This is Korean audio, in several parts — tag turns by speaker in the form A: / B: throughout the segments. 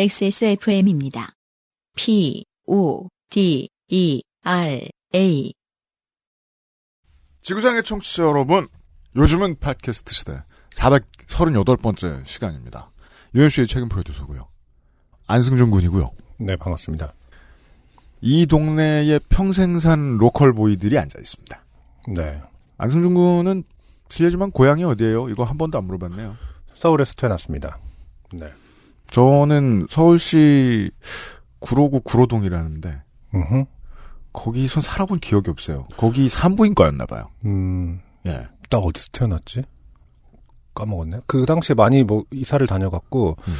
A: XSFM입니다. P, O, D, E, R, A.
B: 지구상의 청취자 여러분, 요즘은 팟캐스트 시대 438번째 시간입니다. UMC의 책임 프로듀서고요. 안승준 군이고요.
C: 네, 반갑습니다.
B: 이 동네에 평생 산 로컬 보이들이 앉아 있습니다.
C: 네.
B: 안승준 군은 실례지만 고향이 어디예요? 이거 한 번도 안 물어봤네요.
C: 서울에서 태어났습니다. 네.
B: 저는 서울시 구로구 구로동이라는데
C: 음흠.
B: 거기서 살아본 기억이 없어요. 거기 산부인과였나 봐요.
C: 음,
B: 예.
C: 나 어디서 태어났지? 까먹었네. 그 당시에 많이 뭐 이사를 다녀갔고,
B: 음.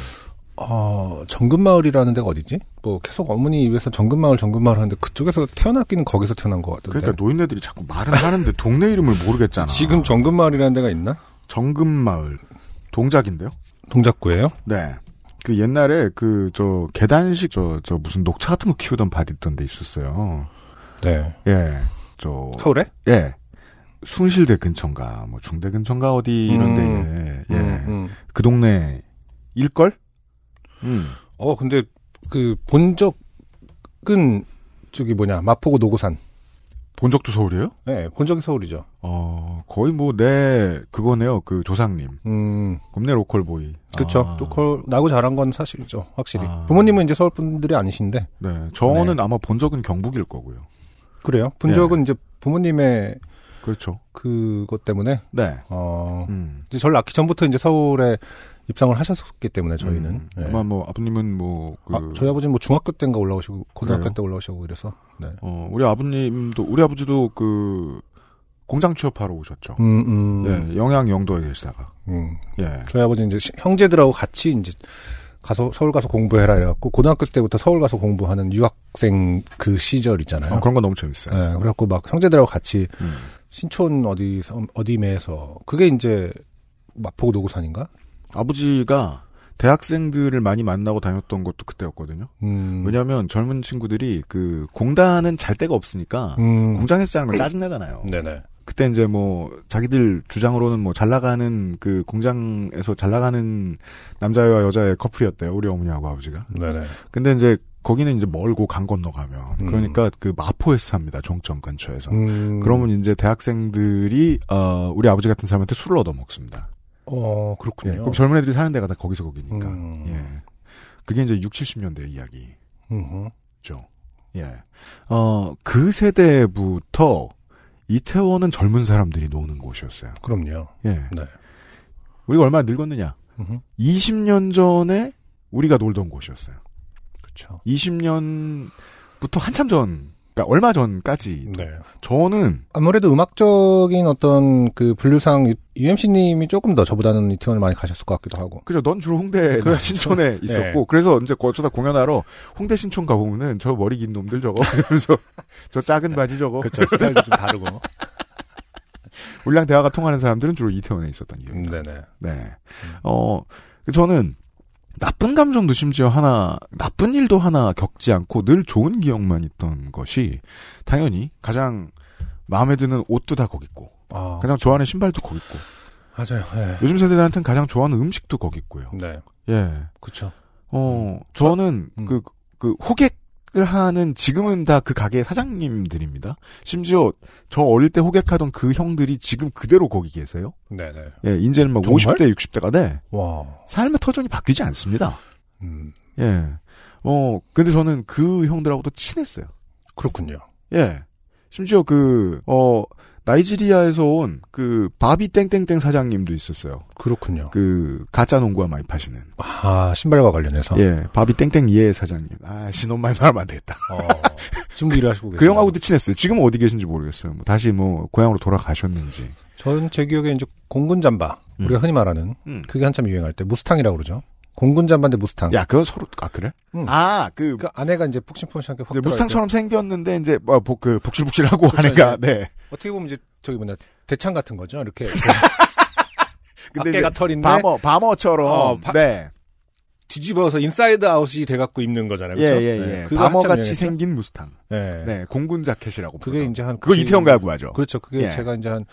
C: 어, 정금마을이라는 데가 어디지? 뭐 계속 어머니 입에서 정금마을, 정금마을 하는데 그쪽에서 태어났기는 거기서 태어난 것 같은데.
B: 그러니까 노인네들이 자꾸 말은 하는데 동네 이름을 모르겠잖아.
C: 지금 정금마을이라는 데가 있나?
B: 정금마을 동작인데요.
C: 동작구예요
B: 네. 그 옛날에 그 저 계단식 저 저 무슨 녹차 같은 거 키우던 밭 있던 데 있었어요.
C: 네.
B: 예. 저
C: 서울에?
B: 예. 숭실대 근처인가 뭐 중대 근처인가 어디 이런
C: 음.
B: 데에 예.
C: 음, 음.
B: 그 동네 일걸? 음.
C: 어, 근데 그 본 적은 저기 뭐냐, 마포구 노구산.
B: 본 적도 서울이에요?
C: 네, 본 적이 서울이죠.
B: 어, 거의 뭐 내 그거네요. 그 조상님.
C: 음,
B: 읍내 로컬보이.
C: 그렇죠.
B: 아,
C: 로컬 나고 자란 건 사실이죠. 확실히.
B: 아.
C: 부모님은 이제 서울 분들이 아니신데
B: 네. 저는 아마 본 적은 경북일 거고요.
C: 그래요.
B: 네.
C: 분적은 이제 부모님의
B: 그렇죠.
C: 그것 때문에
B: 네.
C: 어
B: 음.
C: 이제 저를 낳기 전부터 이제 서울에 입상을 하셨기 때문에 저희는
B: 음.
C: 네.
B: 아마 뭐 아버님은 뭐그
C: 아, 저희 아버지는 뭐 중학교 때인가 올라오시고 고등학교
B: 그래요?
C: 때 올라오시고 이래서 네.
B: 어, 우리 아버님도, 우리 아버지도 그, 공장 취업하러 오셨죠.
C: 음, 음,
B: 예, 영양 영도에 계시다가.
C: 음.
B: 예.
C: 저희 아버지 이제 시- 형제들하고 같이 이제 가서 서울 가서 공부해라 이래갖고 고등학교 때부터 서울 가서 공부하는 유학생 그 시절 있잖아요.
B: 어, 그런 건 너무 재밌어요.
C: 예, 그래갖고 막 형제들하고 같이
B: 음.
C: 신촌 어디 섬- 어디 매에서 그게 이제 마포구 노구산인가?
B: 아버지가 대학생들을 많이 만나고 다녔던 것도 그때였거든요.
C: 음,
B: 왜냐면 하 젊은 친구들이 그, 공단은 잘 데가 없으니까,
C: 음,
B: 공장에서 하는 건 짜증나잖아요.
C: 네네.
B: 그때 이제 뭐, 자기들 주장으로는 뭐, 잘 나가는 그, 공장에서 잘 나가는 남자와 여자의 커플이었대요. 우리 어머니하고 아버지가.
C: 네네.
B: 근데 이제, 거기는 이제 멀고 강 건너가면.
C: 음.
B: 그러니까 그, 마포에서 삽니다. 종점 근처에서.
C: 음,
B: 그러면 이제 대학생들이 어, 우리 아버지 같은 사람한테 술을 얻어 먹습니다.
C: 어
B: 예,
C: 그렇군요.
B: 거기 젊은 애들이 사는 데가 다 거기서 거기니까.
C: 음.
B: 예. 그게 이제 6, 70년대 이야기죠.
C: 음흠.
B: 예. 어, 그 세대부터 이태원은 젊은 사람들이 노는 곳이었어요.
C: 그럼요.
B: 예.
C: 네.
B: 우리가 얼마나 늙었느냐? 20년 전에 우리가 놀던 곳이었어요.
C: 그렇죠.
B: 20년부터 한참 전, 그러니까 얼마 전까지
C: 네.
B: 저는
C: 아무래도 음악적인 어떤 그 분류상 UMC님이 조금 더 저보다는 이태원을 많이 가셨을 것 같기도 하고.
B: 그죠. 넌 주로 홍대
C: 그렇죠.
B: 신촌에 있었고 그래서 이제 어쩌다 공연하러 홍대 신촌 가보면은 저 머리 긴 놈들 저거 그래서 저 작은 바지 저거
C: 그렇죠. 스타일도 좀 다르고.
B: 울랑 대화가 통하는 사람들은 주로 이태원에 있었던 기억.
C: 음, 네네.
B: 네.
C: 음.
B: 어 저는 나쁜 감정도 심지어 하나 나쁜 일도 하나 겪지 않고 늘 좋은 기억만 있던 것이 당연히 가장 마음에 드는 옷도 다 거기 있고
C: 아
B: 가장 좋아하는 신발도 거기 있고
C: 맞아요. 예.
B: 요즘 세대들한테는 가장 좋아하는 음식도 거기 있고요.
C: 네.
B: 예.
C: 그렇죠.
B: 어, 저는
C: 음.
B: 그, 그 호객을 하는 지금은 다 그 가게 사장님들입니다. 심지어 저 어릴 때 호객하던 그 형들이 지금 그대로 거기 계세요.
C: 네네.
B: 예, 이제는 막
C: 정말?
B: 50대, 60대가 돼.
C: 와.
B: 삶의 터전이 바뀌지 않습니다.
C: 음
B: 예. 어, 근데 저는 그 형들하고도 친했어요.
C: 그렇군요.
B: 예. 심지어 그, 어, 나이지리아에서 온 그 바비 땡땡땡 사장님도 있었어요.
C: 그렇군요.
B: 그 가짜 농구화 많이 파시는.
C: 아 신발과 관련해서.
B: 예. 바비 땡땡 이해 사장님. 아, 신혼 많이 말하면 안 되겠다.
C: 어, 지금도 일하시고 계세요.
B: 그 형하고도 친했어요. 지금 어디 계신지 모르겠어요. 뭐 다시 뭐 고향으로 돌아가셨는지.
C: 저는 제 기억에 이제 공군 잠바
B: 음.
C: 우리가 흔히 말하는
B: 음.
C: 그게 한참 유행할 때 무스탕이라고 그러죠. 공군 잠바인데 무스탕.
B: 야, 그건 서로 아 그래?
C: 음.
B: 아, 그
C: 그 안에가 이제 폭신폭신하게 확
B: 이제
C: 들어가 있고.
B: 무스탕처럼 생겼는데 이제 뭐그 복실복실하고
C: 그렇죠,
B: 하니까 네.
C: 어떻게 보면 이제 저기 뭐냐 대창 같은 거죠. 이렇게
B: 근데
C: 어깨가
B: 이제
C: 털인데
B: 바머 바머처럼
C: 어, 바-
B: 네.
C: 뒤집어서 인사이드 아웃이 돼갖고 입는 거잖아요.
B: 예,
C: 그렇죠?
B: 예, 예.
C: 그거
B: 바머 같이
C: 한참
B: 생긴 무스탕.
C: 유행했죠. 예.
B: 네. 공군 자켓이라고
C: 그게
B: 부르던.
C: 이제 한
B: 그거
C: 구십-
B: 이태원 가야 구하죠.
C: 그렇죠. 그게
B: 예.
C: 제가 이제 한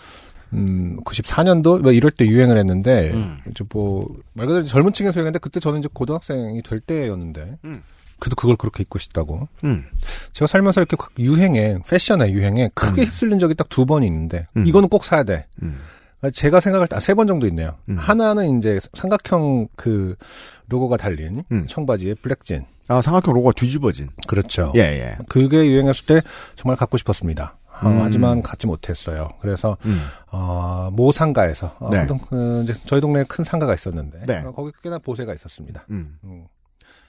C: 음, 94년도 뭐 이럴 때 유행을 했는데
B: 음.
C: 이제 뭐말 그대로 젊은 층에서 유행했는데 그때 저는 이제 고등학생이 될 때였는데
B: 음.
C: 그래도 그걸 그렇게 입고 싶다고
B: 음.
C: 제가 살면서 이렇게 그 유행에 패션의 유행에 크게
B: 음.
C: 휩쓸린 적이 딱 두 번 있는데
B: 음.
C: 이거는 꼭 사야 돼
B: 음.
C: 제가 생각할 때 아, 세 번 정도 있네요
B: 음.
C: 하나는 이제 삼각형 그 로고가 달린
B: 음.
C: 청바지에 블랙진
B: 아, 삼각형 로고가 뒤집어진.
C: 그렇죠
B: 예, 예.
C: 그게 유행했을 때 정말 갖고 싶었습니다 아,
B: 음.
C: 하지만 갖지 못했어요 그래서
B: 음.
C: 어, 모 상가에서 어,
B: 네.
C: 그 동- 그 이제 저희 동네에 큰 상가가 있었는데
B: 네.
C: 어, 거기 꽤나 보세가 있었습니다.
B: 음.
C: 음.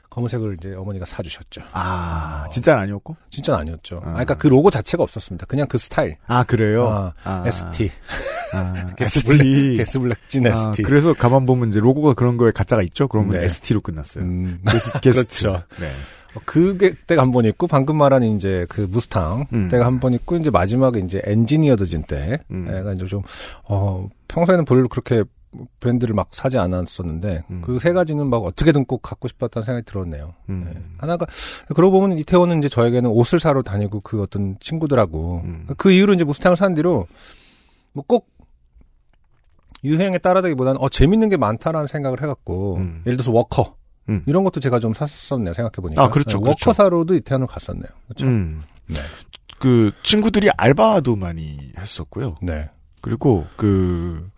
C: 검은색을 이제 어머니가 사주셨죠.
B: 아,
C: 어.
B: 진짜는 아니었고?
C: 진짜는 아니었죠.
B: 아.
C: 아, 그러니까 그 로고 자체가 없었습니다. 그냥 그 스타일.
B: 아, 그래요?
C: 아,
B: 아,
C: ST,
B: 아,
C: 게스
B: ST.
C: 블랙, 게스 블랙진
B: 아,
C: ST.
B: 그래서 가만 보면 이제 로고가 그런 거에 가짜가 있죠? 그러면
C: 네.
B: ST로 끝났어요.
C: 음,
B: 게스, 게스트.
C: 그렇죠.
B: 네.
C: 어, 그게 때가 한 번 있고 방금 말한 이제 그 무스탕
B: 음.
C: 때가 한 번 있고 이제 마지막에 이제 엔지니어드진 때
B: 음.
C: 애가 이제 좀어 평소에는 별로 그렇게 브랜드를 막 사지 않았었는데
B: 음.
C: 그 세 가지는 막 어떻게든 꼭 갖고 싶었다는 생각이 들었네요.
B: 음.
C: 네. 하나가 그러고 보면 이태원은 이제 저에게는 옷을 사러 다니고 그 어떤 친구들하고
B: 음.
C: 그 이후로 이제 무스탕을 산 뒤로 뭐 꼭 유행에 따라다기보다는 어 재밌는 게 많다라는 생각을 해갖고
B: 음.
C: 예를 들어서 워커
B: 음.
C: 이런 것도 제가 좀 샀었네요 생각해 보니까
B: 아, 그렇죠, 그렇죠.
C: 워커사로도 이태원을 갔었네요 그렇죠
B: 음.
C: 네.
B: 그 친구들이 알바도 많이 했었고요.
C: 네
B: 그리고 그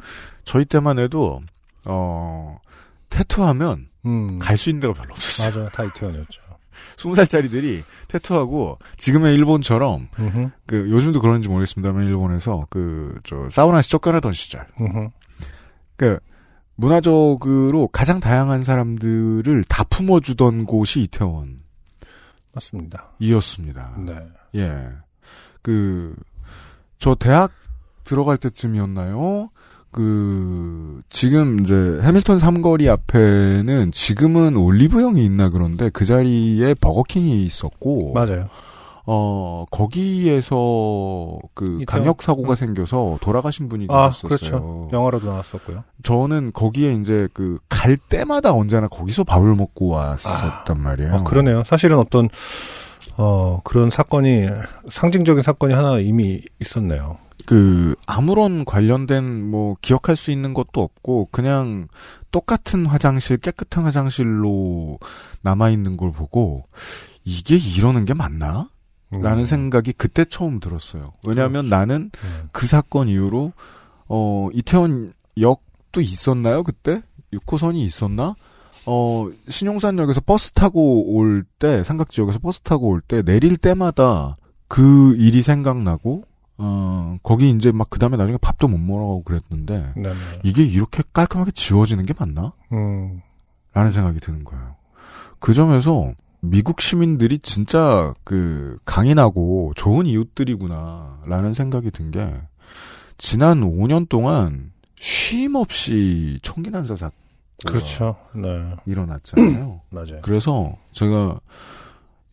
B: 저희 때만 해도 어 태투하면
C: 음.
B: 갈 수 있는 데가 별로 없었어요.
C: 맞아요 다 이태원이었죠
B: 스무 살짜리들이 태투하고 지금의 일본처럼
C: 음흠,
B: 그 요즘도 그런지 모르겠습니다만 일본에서 그 저 사우나 시적가라던 시절
C: 음흠.
B: 그 문화적으로 가장 다양한 사람들을 다 품어주던 곳이 이태원이었습니다.
C: 맞습니다 네
B: 예. 그, 저 대학 들어갈 때쯤이었나요? 그, 지금 이제 해밀턴 삼거리 앞에는 지금은 올리브영이 있나 그런데 그 자리에 버거킹이 있었고,
C: 맞아요
B: 어, 거기에서 그
C: 이태원? 음.
B: 강력사고가 생겨서 돌아가신 분이
C: 아
B: 계셨어요.
C: 그렇죠 영화로도 나왔었고요
B: 저는 거기에 이제 그 갈 때마다 언제나 거기서 밥을 먹고 왔었단 말이에요.
C: 아, 그러네요 사실은 어떤 어 그런 사건이 상징적인 사건이 하나 이미 있었네요
B: 그 아무런 관련된 뭐 기억할 수 있는 것도 없고 그냥 똑같은 화장실 깨끗한 화장실로 남아 있는 걸 보고 이게 이러는 게 맞나?
C: 음.
B: 라는 생각이 그때 처음 들었어요. 왜냐하면 나는
C: 음.
B: 그 사건 이후로 어 이태원역도 있었나요 그때 6호선이 있었나? 어 신용산역에서 버스 타고 올 때 삼각 지역에서 버스 타고 올 때 내릴 때마다 그 일이 생각나고 어 거기 이제 막 그 다음에 나중에 밥도 못 먹으러 가고 그랬는데
C: 네, 네.
B: 이게 이렇게 깔끔하게 지워지는 게 맞나?
C: 음.
B: 라는 생각이 드는 거예요. 그 점에서 미국 시민들이 진짜 그 강인하고 좋은 이웃들이구나라는 생각이 든 게 지난 5년 동안 쉼 없이 총기 난사 사고
C: 그렇죠 네
B: 일어났잖아요.
C: 맞아요
B: 그래서 제가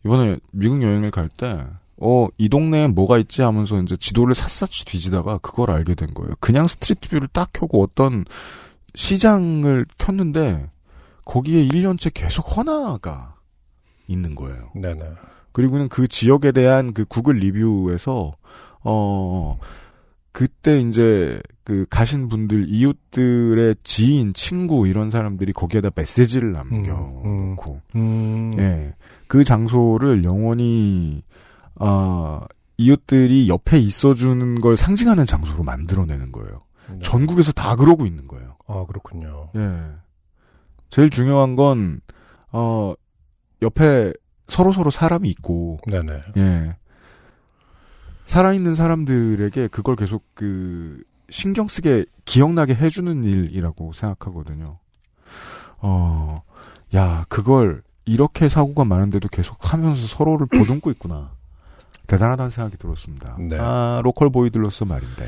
B: 이번에 미국 여행을 갈 때 어, 이 동네에 뭐가 있지 하면서 이제 지도를 샅샅이 뒤지다가 그걸 알게 된 거예요. 그냥 스트리트 뷰를 딱 켜고 어떤 시장을 켰는데 거기에 1년째 계속 헌화가 있는 거예요.
C: 네네
B: 그리고는 그 지역에 대한 그 구글 리뷰에서 어 그때 이제 그 가신 분들 이웃들의 지인 친구 이런 사람들이 거기에다 메시지를 남겨놓고
C: 음.
B: 예. 그 장소를 영원히, 아, 이웃들이 옆에 있어주는 걸 상징하는 장소로 만들어내는 거예요.
C: 네.
B: 전국에서 다 그러고 있는 거예요.
C: 아 그렇군요
B: 예. 제일 중요한 건, 어, 옆에 서로서로 사람이 있고,
C: 네네
B: 예. 살아있는 사람들에게 그걸 계속 그, 신경 쓰게, 기억나게 해주는 일이라고 생각하거든요. 어, 야, 그걸 이렇게 사고가 많은데도 계속 하면서 서로를 보듬고 있구나. 대단하다는 생각이 들었습니다.
C: 네.
B: 아, 로컬 보이들로서 말인데.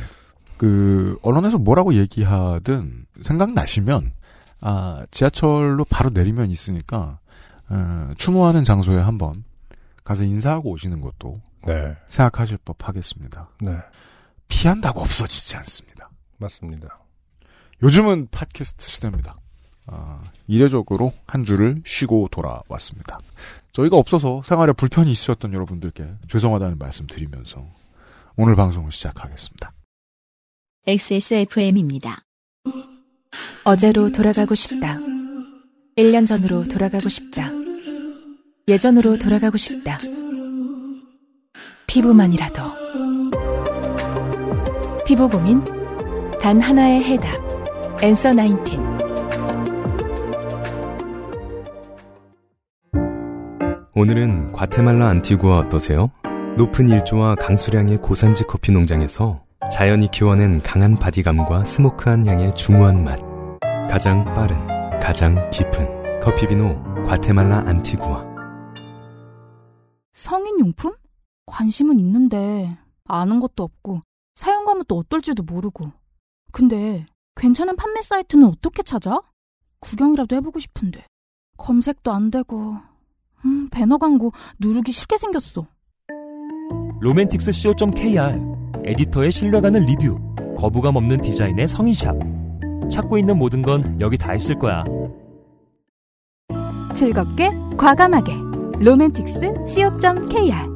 B: 그, 언론에서 뭐라고 얘기하든 생각나시면, 아, 지하철로 바로 내리면 있으니까, 어, 추모하는 장소에 한번 가서 인사하고 오시는 것도
C: 네.
B: 생각하실 법 하겠습니다.
C: 네.
B: 피한다고 없어지지 않습니다.
C: 맞습니다.
B: 요즘은 팟캐스트 시대입니다. 아, 이례적으로 한 주를 쉬고 돌아왔습니다. 저희가 없어서 생활에 불편이 있으셨던 여러분들께 죄송하다는 말씀 드리면서 오늘 방송을 시작하겠습니다.
A: XSFM입니다.
D: 어제로 돌아가고 싶다. 1년 전으로 돌아가고 싶다. 예전으로 돌아가고 싶다. 피부만이라도. 피부 고민? 단 하나의 해답. 앤서 19.
E: 오늘은 과테말라 안티구아 어떠세요? 높은 일조와 강수량의 고산지 커피 농장에서 자연이 키워낸 강한 바디감과 스모크한 향의 중후한 맛. 가장 빠른, 가장 깊은 커피 비노 과테말라 안티구아.
F: 성인용품? 관심은 있는데 아는 것도 없고 사용감은 또 어떨지도 모르고 근데 괜찮은 판매 사이트는 어떻게 찾아? 구경이라도 해보고 싶은데 검색도 안 되고 음, 배너 광고 누르기 싫게 생겼어
G: 로맨틱스 co.kr 에디터의 신뢰가는 리뷰 거부감 없는 디자인의 성인샵 찾고 있는 모든 건 여기 다 있을 거야
D: 즐겁게, 과감하게. 로맨틱스 co.kr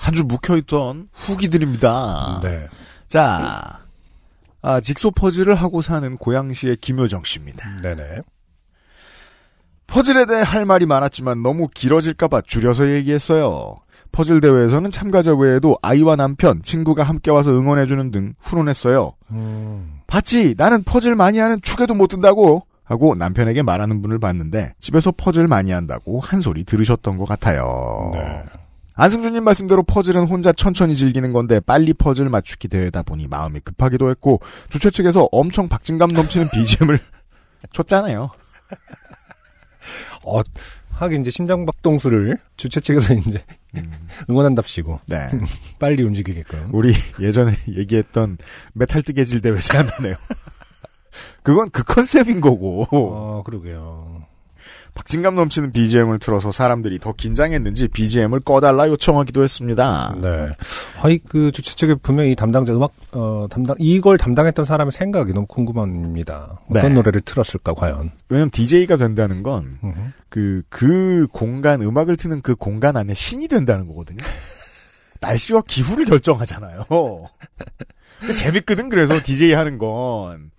B: 한 주 묵혀있던 후기들입니다.
C: 네.
B: 자, 아, 직소 퍼즐을 하고 사는 고양시의 김효정 씨입니다.
C: 네네.
B: 퍼즐에 대해 할 말이 많았지만 너무 길어질까봐 줄여서 얘기했어요. 퍼즐 대회에서는 참가자 외에도 아이와 남편, 친구가 함께 와서 응원해주는 등 훈훈했어요.
C: 음.
B: 봤지? 나는 퍼즐 많이 하는 축에도 못 든다고! 하고 남편에게 말하는 분을 봤는데 집에서 퍼즐 많이 한다고 한 소리 들으셨던 것 같아요.
C: 네.
B: 안승준님 말씀대로 퍼즐은 혼자 천천히 즐기는 건데 빨리 퍼즐 맞추기 대회다 보니 마음이 급하기도 했고 주최 측에서 엄청 박진감 넘치는 BGM을 쳤잖아요.
C: 어, 하긴 이제 심장박동수를 주최 측에서 이제
B: 음.
C: 응원한답시고
B: 네.
C: 빨리 움직이게끔.
B: 우리 예전에 얘기했던 메탈 뜨개질 대회 생각나네요. 그건 그 컨셉인 거고
C: 어, 그러게요.
B: 박진감 넘치는 BGM을 틀어서 사람들이 더 긴장했는지 BGM을 꺼달라 요청하기도 했습니다.
C: 네. 아이 그 주최 측에 분명히 이 담당자 음악 어 담당 이걸 담당했던 사람의 생각이 너무 궁금합니다. 어떤
B: 네.
C: 노래를 틀었을까 과연.
B: 왜냐면 DJ가 된다는 건 그 그
C: 음.
B: 공간 음악을 트는 그 공간 안에 신이 된다는 거거든요. 날씨와 기후를 결정하잖아요. 근데 재밌거든 그래서 DJ 하는 건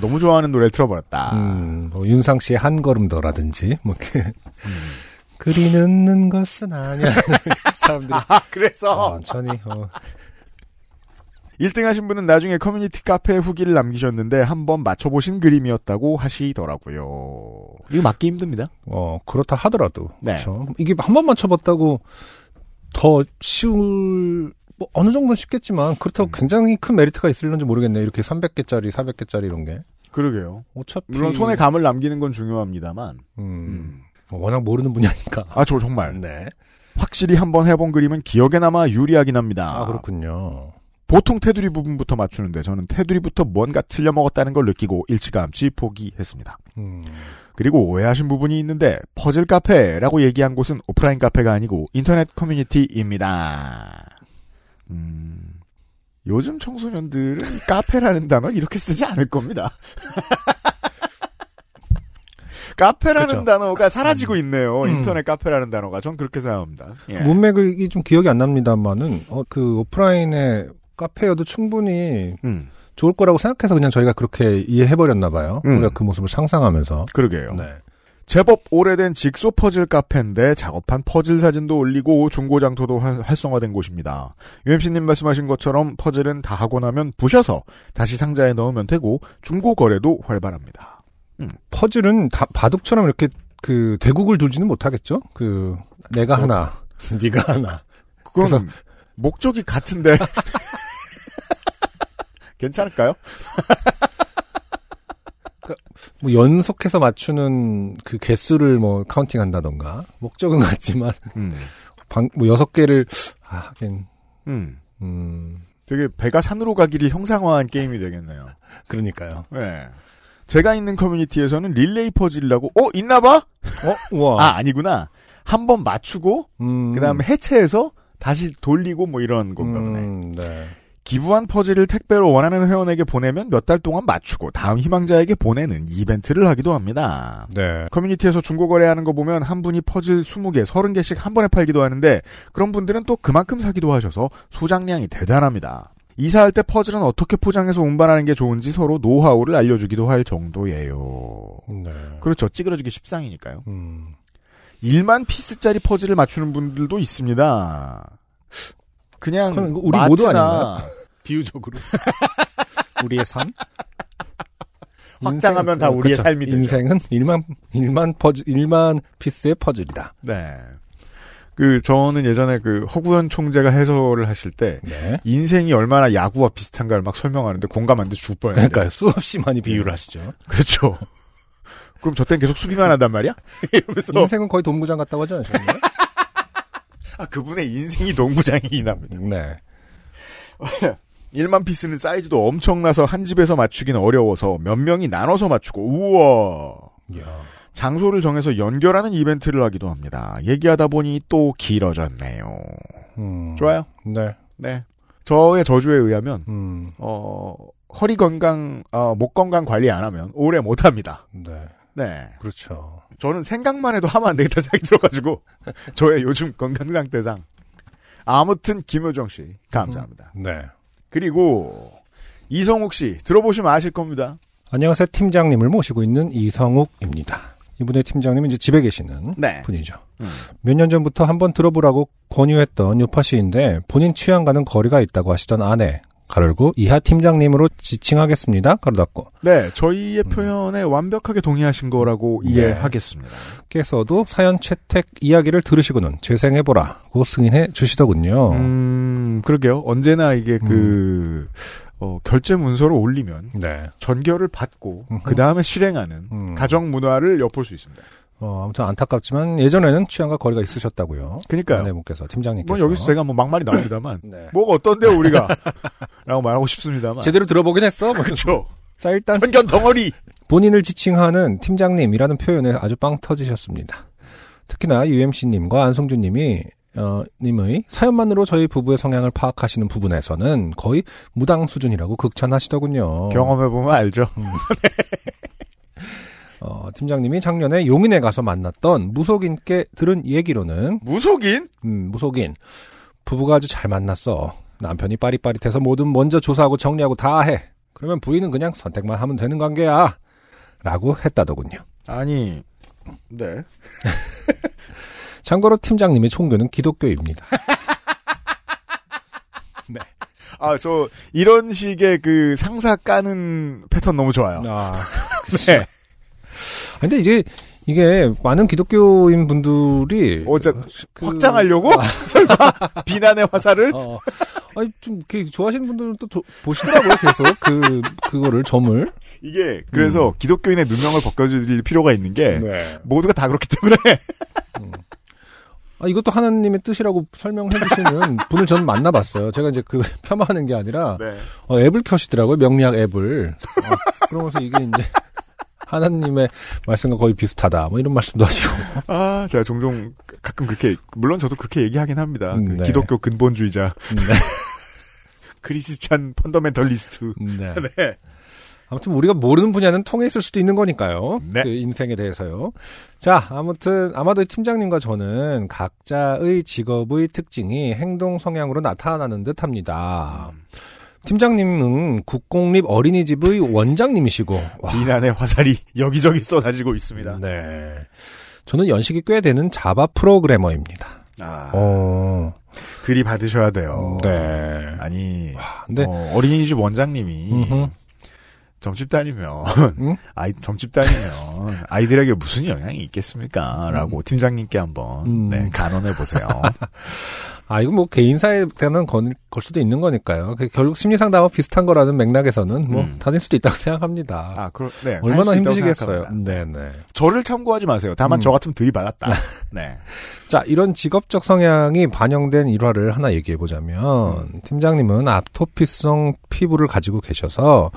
B: 너무 좋아하는 노래를 틀어버렸다.
C: 음, 뭐 윤상 씨의 한 걸음 더라든지 뭐 이렇게
B: 음.
C: 그리 늦는 것은 아니야. 사람들이
B: 아 그래서
C: 천천히 어,
B: 1등 하신 분은 나중에 커뮤니티 카페에 후기를 남기셨는데 한번 맞춰보신 그림이었다고 하시더라고요. 이거 맞기 힘듭니다.
C: 어, 그렇다 하더라도
B: 네.
C: 그렇죠. 이게 한 번만 쳐봤다고 더 쉬울 뭐 어느 정도는 쉽겠지만
B: 음.
C: 그렇다고 굉장히 큰 메리트가 있을는지 모르겠네요. 이렇게 300개짜리, 400개짜리 이런 게.
B: 그러게요.
C: 어차피
B: 물론 손에 감을 남기는 건 중요합니다만.
C: 음.
B: 음.
C: 뭐 워낙 모르는 분야니까.
B: 아, 저 정말.
C: 네.
B: 확실히 한번 해본 그림은 기억에 남아 유리하긴 합니다.
C: 아, 그렇군요.
B: 보통 테두리 부분부터 맞추는데 저는 테두리부터 뭔가 틀려먹었다는 걸 느끼고 일찌감치 포기했습니다.
C: 음.
B: 그리고 오해하신 부분이 있는데 퍼즐 카페라고 얘기한 곳은 오프라인 카페가 아니고 인터넷 커뮤니티입니다. 음, 요즘 청소년들은 카페라는 단어 이렇게 쓰지 않을 겁니다. 카페라는
C: 그쵸.
B: 단어가 사라지고 있네요.
C: 그렇죠. 음.
B: 인터넷 카페라는 단어가 전 그렇게 생각합니다. 예.
C: 문맥이 좀 기억이 안 납니다만은 어, 그 오프라인의 카페여도 충분히
B: 음,
C: 좋을 거라고 생각해서 그냥 저희가 그렇게 이해해 버렸나 봐요.
B: 음.
C: 우리가 그 모습을 상상하면서.
B: 그러게요.
C: 네.
B: 제법 오래된 직소 퍼즐 카페인데 작업한 퍼즐 사진도 올리고 중고장터도 활- 활성화된 곳입니다. UMC님 말씀하신 것처럼 퍼즐은 다 하고 나면 부셔서 다시 상자에 넣으면 되고 중고 거래도 활발합니다.
C: 퍼즐은 다 바둑처럼 이렇게 그 대국을 두지는 못하겠죠. 그 내가 하나, 네가 하나.
B: 그건
C: 그래서-
B: 목적이 같은데 괜찮을까요?
C: 뭐 연속해서 맞추는 그 개수를 뭐 카운팅한다던가 목적은 같지만
B: 음,
C: 방, 뭐 여섯 개를 아, 하긴
B: 음.
C: 음
B: 되게 배가 산으로 가기를 형상화한 게임이 되겠네요.
C: 그러니까요.
B: 네. 제가 있는 커뮤니티에서는 릴레이 퍼즐이라고 어 있나봐?
C: 어 우와.
B: 아 아니구나. 한번 맞추고
C: 음,
B: 그 다음에 해체해서 다시 돌리고 뭐 이런 건가 보네.
C: 음, 네.
B: 기부한 퍼즐을 택배로 원하는 회원에게 보내면 몇 달 동안 맞추고 다음 희망자에게 보내는 이벤트를 하기도 합니다.
C: 네.
B: 커뮤니티에서 중고거래하는 거 보면 한 분이 퍼즐 20개, 30개씩 한 번에 팔기도 하는데 그런 분들은 또 그만큼 사기도 하셔서 소장량이 대단합니다. 이사할 때 퍼즐은 어떻게 포장해서 운반하는 게 좋은지 서로 노하우를 알려주기도 할 정도예요.
C: 네.
B: 그렇죠. 찌그러지기 십상이니까요.
C: 음.
B: 1만 피스짜리 퍼즐을 맞추는 분들도 있습니다. 그냥
C: 그럼 이거 우리
B: 마트나
C: 모두 아닌가요? 비유적으로. 우리의 삶?
B: 확장하면 다
C: 어,
B: 우리의
C: 그렇죠.
B: 삶이 되죠.
C: 인생은 일만 일만 퍼즐 일만 피스의 퍼즐이다.
B: 네. 그 저는 예전에 그 허구현 총재가 해설을 하실 때
C: 네.
B: 인생이 얼마나 야구와 비슷한가를 막 설명하는데 공감 안 돼서 죽을 뻔했어요.
C: 그러니까 수없이 많이 비유를 하시죠.
B: 그렇죠. 그럼 저 땐 계속 수비만 한단 말이야? 이러면서
C: 인생은 거의 동구장 같다고 하지 않으셨나요?
B: 아 그분의 인생이 농구장이나
C: 네.
B: 1만 피스는 사이즈도 엄청나서 한 집에서 맞추기는 어려워서 몇 명이 나눠서 맞추고 우와
C: 이야.
B: 장소를 정해서 연결하는 이벤트를 하기도 합니다. 얘기하다 보니 또 길어졌네요.
C: 음.
B: 좋아요.
C: 네.
B: 네. 저의 저주에 의하면
C: 음.
B: 어, 허리 건강, 어, 목 건강 관리 안 하면 오래 못 합니다.
C: 네.
B: 네.
C: 그렇죠.
B: 저는 생각만 해도 하면 안 되겠다 생각이 들어가지고, 저의 요즘 건강 상태상. 아무튼, 김효정 씨, 감사합니다.
C: 네.
B: 그리고, 이성욱 씨, 들어보시면 아실 겁니다.
C: 안녕하세요. 팀장님을 모시고 있는 이성욱입니다. 이분의 팀장님은 이제 집에 계시는
B: 네.
C: 분이죠.
B: 음.
C: 몇 년 전부터 한번 들어보라고 권유했던 요파 씨인데 본인 취향과는 거리가 있다고 하시던 아내 가르고 이하 팀장님으로 지칭하겠습니다. 가로 닫고
B: 네, 저희의 표현에 완벽하게 동의하신 거라고
C: 네.
B: 이해하겠습니다.
C: 께서도 사연 채택 이야기를 들으시고는 재생해보라고 승인해 주시더군요.
B: 음, 그러게요. 언제나 이게
C: 음.
B: 그, 어, 결제 문서로 올리면
C: 네.
B: 전결을 받고,
C: 음흠.
B: 그 다음에 실행하는
C: 음.
B: 가정 문화를 엿볼 수 있습니다.
C: 어, 아무튼 안타깝지만 예전에는 취향과 거리가 있으셨다고요.
B: 그러니까요.
C: 아내분께서 팀장님께서
B: 물론 여기서 제가 뭐 막말이 나옵니다만
C: 네.
B: 뭐가 어떤데요 우리가 라고 말하고 싶습니다만
C: 제대로 들어보긴 했어. 뭐.
B: 그렇죠
C: 자 일단
B: 편견 덩어리
C: 본인을 지칭하는 팀장님이라는 표현에 아주 빵 터지셨습니다. 특히나 UMC님과 안성준님이 어, 님의 사연만으로 저희 부부의 성향을 파악하시는 부분에서는 거의 무당 수준이라고 극찬하시더군요.
B: 경험해보면 알죠
C: 어, 팀장님이 작년에 용인에 가서 만났던 무속인께 들은 얘기로는
B: 무속인?
C: 음, 무속인 부부가 아주 잘 만났어. 남편이 빠릿빠릿해서 뭐든 먼저 조사하고 정리하고 다 해. 그러면 부인은 그냥 선택만 하면 되는 관계야. 라고 했다더군요.
B: 아니 네
C: 참고로 팀장님의 종교는 기독교입니다. 네.
B: 아 저 이런 식의 그 상사 까는 패턴 너무 좋아요
C: 아.
B: 네.
C: 근데 이제 이게 많은 기독교인 분들이
B: 어제
C: 그-
B: 확장하려고 설마 비난의 화살을
C: 어. 아니 좀 이렇게 좋아하시는 분들은 또 조- 보시더라고요. 계속 그 그거를 점을.
B: 이게 그래서 기독교인의 누명을 벗겨드릴 필요가 있는 게
C: 음. 네.
B: 모두가 다 그렇기 때문에
C: 아 이것도 하나님의 뜻이라고 설명해 주시는 분을 저는 만나봤어요. 제가 이제 그 폄하하는 게 아니라
B: 네.
C: 어, 앱을 켜시더라고요. 명리학 앱을. 어, 그러면서 이게 이제 하나님의 말씀과 거의 비슷하다. 뭐 이런 말씀도 하시고.
B: 아 제가 종종 가끔 그렇게 물론 저도 그렇게 얘기하긴 합니다 그
C: 네.
B: 기독교 근본주의자
C: 네.
B: 크리스찬 펀더멘털리스트.
C: 네.
B: 네.
C: 아무튼 우리가 모르는 분야는 통해 있을 수도 있는 거니까요.
B: 네.
C: 그 인생에 대해서요. 자, 아무튼 아마도 이 팀장님과 저는 각자의 직업의 특징이 행동 성향으로 나타나는 듯합니다. 팀장님은 국공립 어린이집의 원장님이시고 와,
B: 비난의 화살이 여기저기 쏟아지고 있습니다.
C: 아. 네. 저는 연식이 꽤 되는 자바 프로그래머입니다.
B: 아,
C: 어.
B: 그리 받으셔야 돼요.
C: 네.
B: 아니,
C: 근데
B: 어, 린이집 원장님이
C: 음흠.
B: 점집 다니면,
C: 응?
B: 아이, 점집 다니면 아이들에게 무슨 영향이 있겠습니까? 라고 팀장님께 한번
C: 음.
B: 네, 간언해 보세요.
C: 아, 이거 뭐 개인사에 대한 건, 걸 수도 있는 거니까요. 그 결국 심리상담하고 비슷한 거라는 맥락에서는 뭐
B: 음.
C: 다닐 수도 있다고 생각합니다.
B: 아, 그럼, 네.
C: 얼마나
B: 할수 있다고
C: 힘드시겠어요.
B: 생각합니다.
C: 네네.
B: 저를 참고하지 마세요. 다만
C: 음.
B: 저 같으면 들이받았다. 네.
C: 자, 이런 직업적 성향이 반영된 일화를 하나
B: 음.
C: 얘기해 보자면, 팀장님은 아토피성 피부를 가지고 계셔서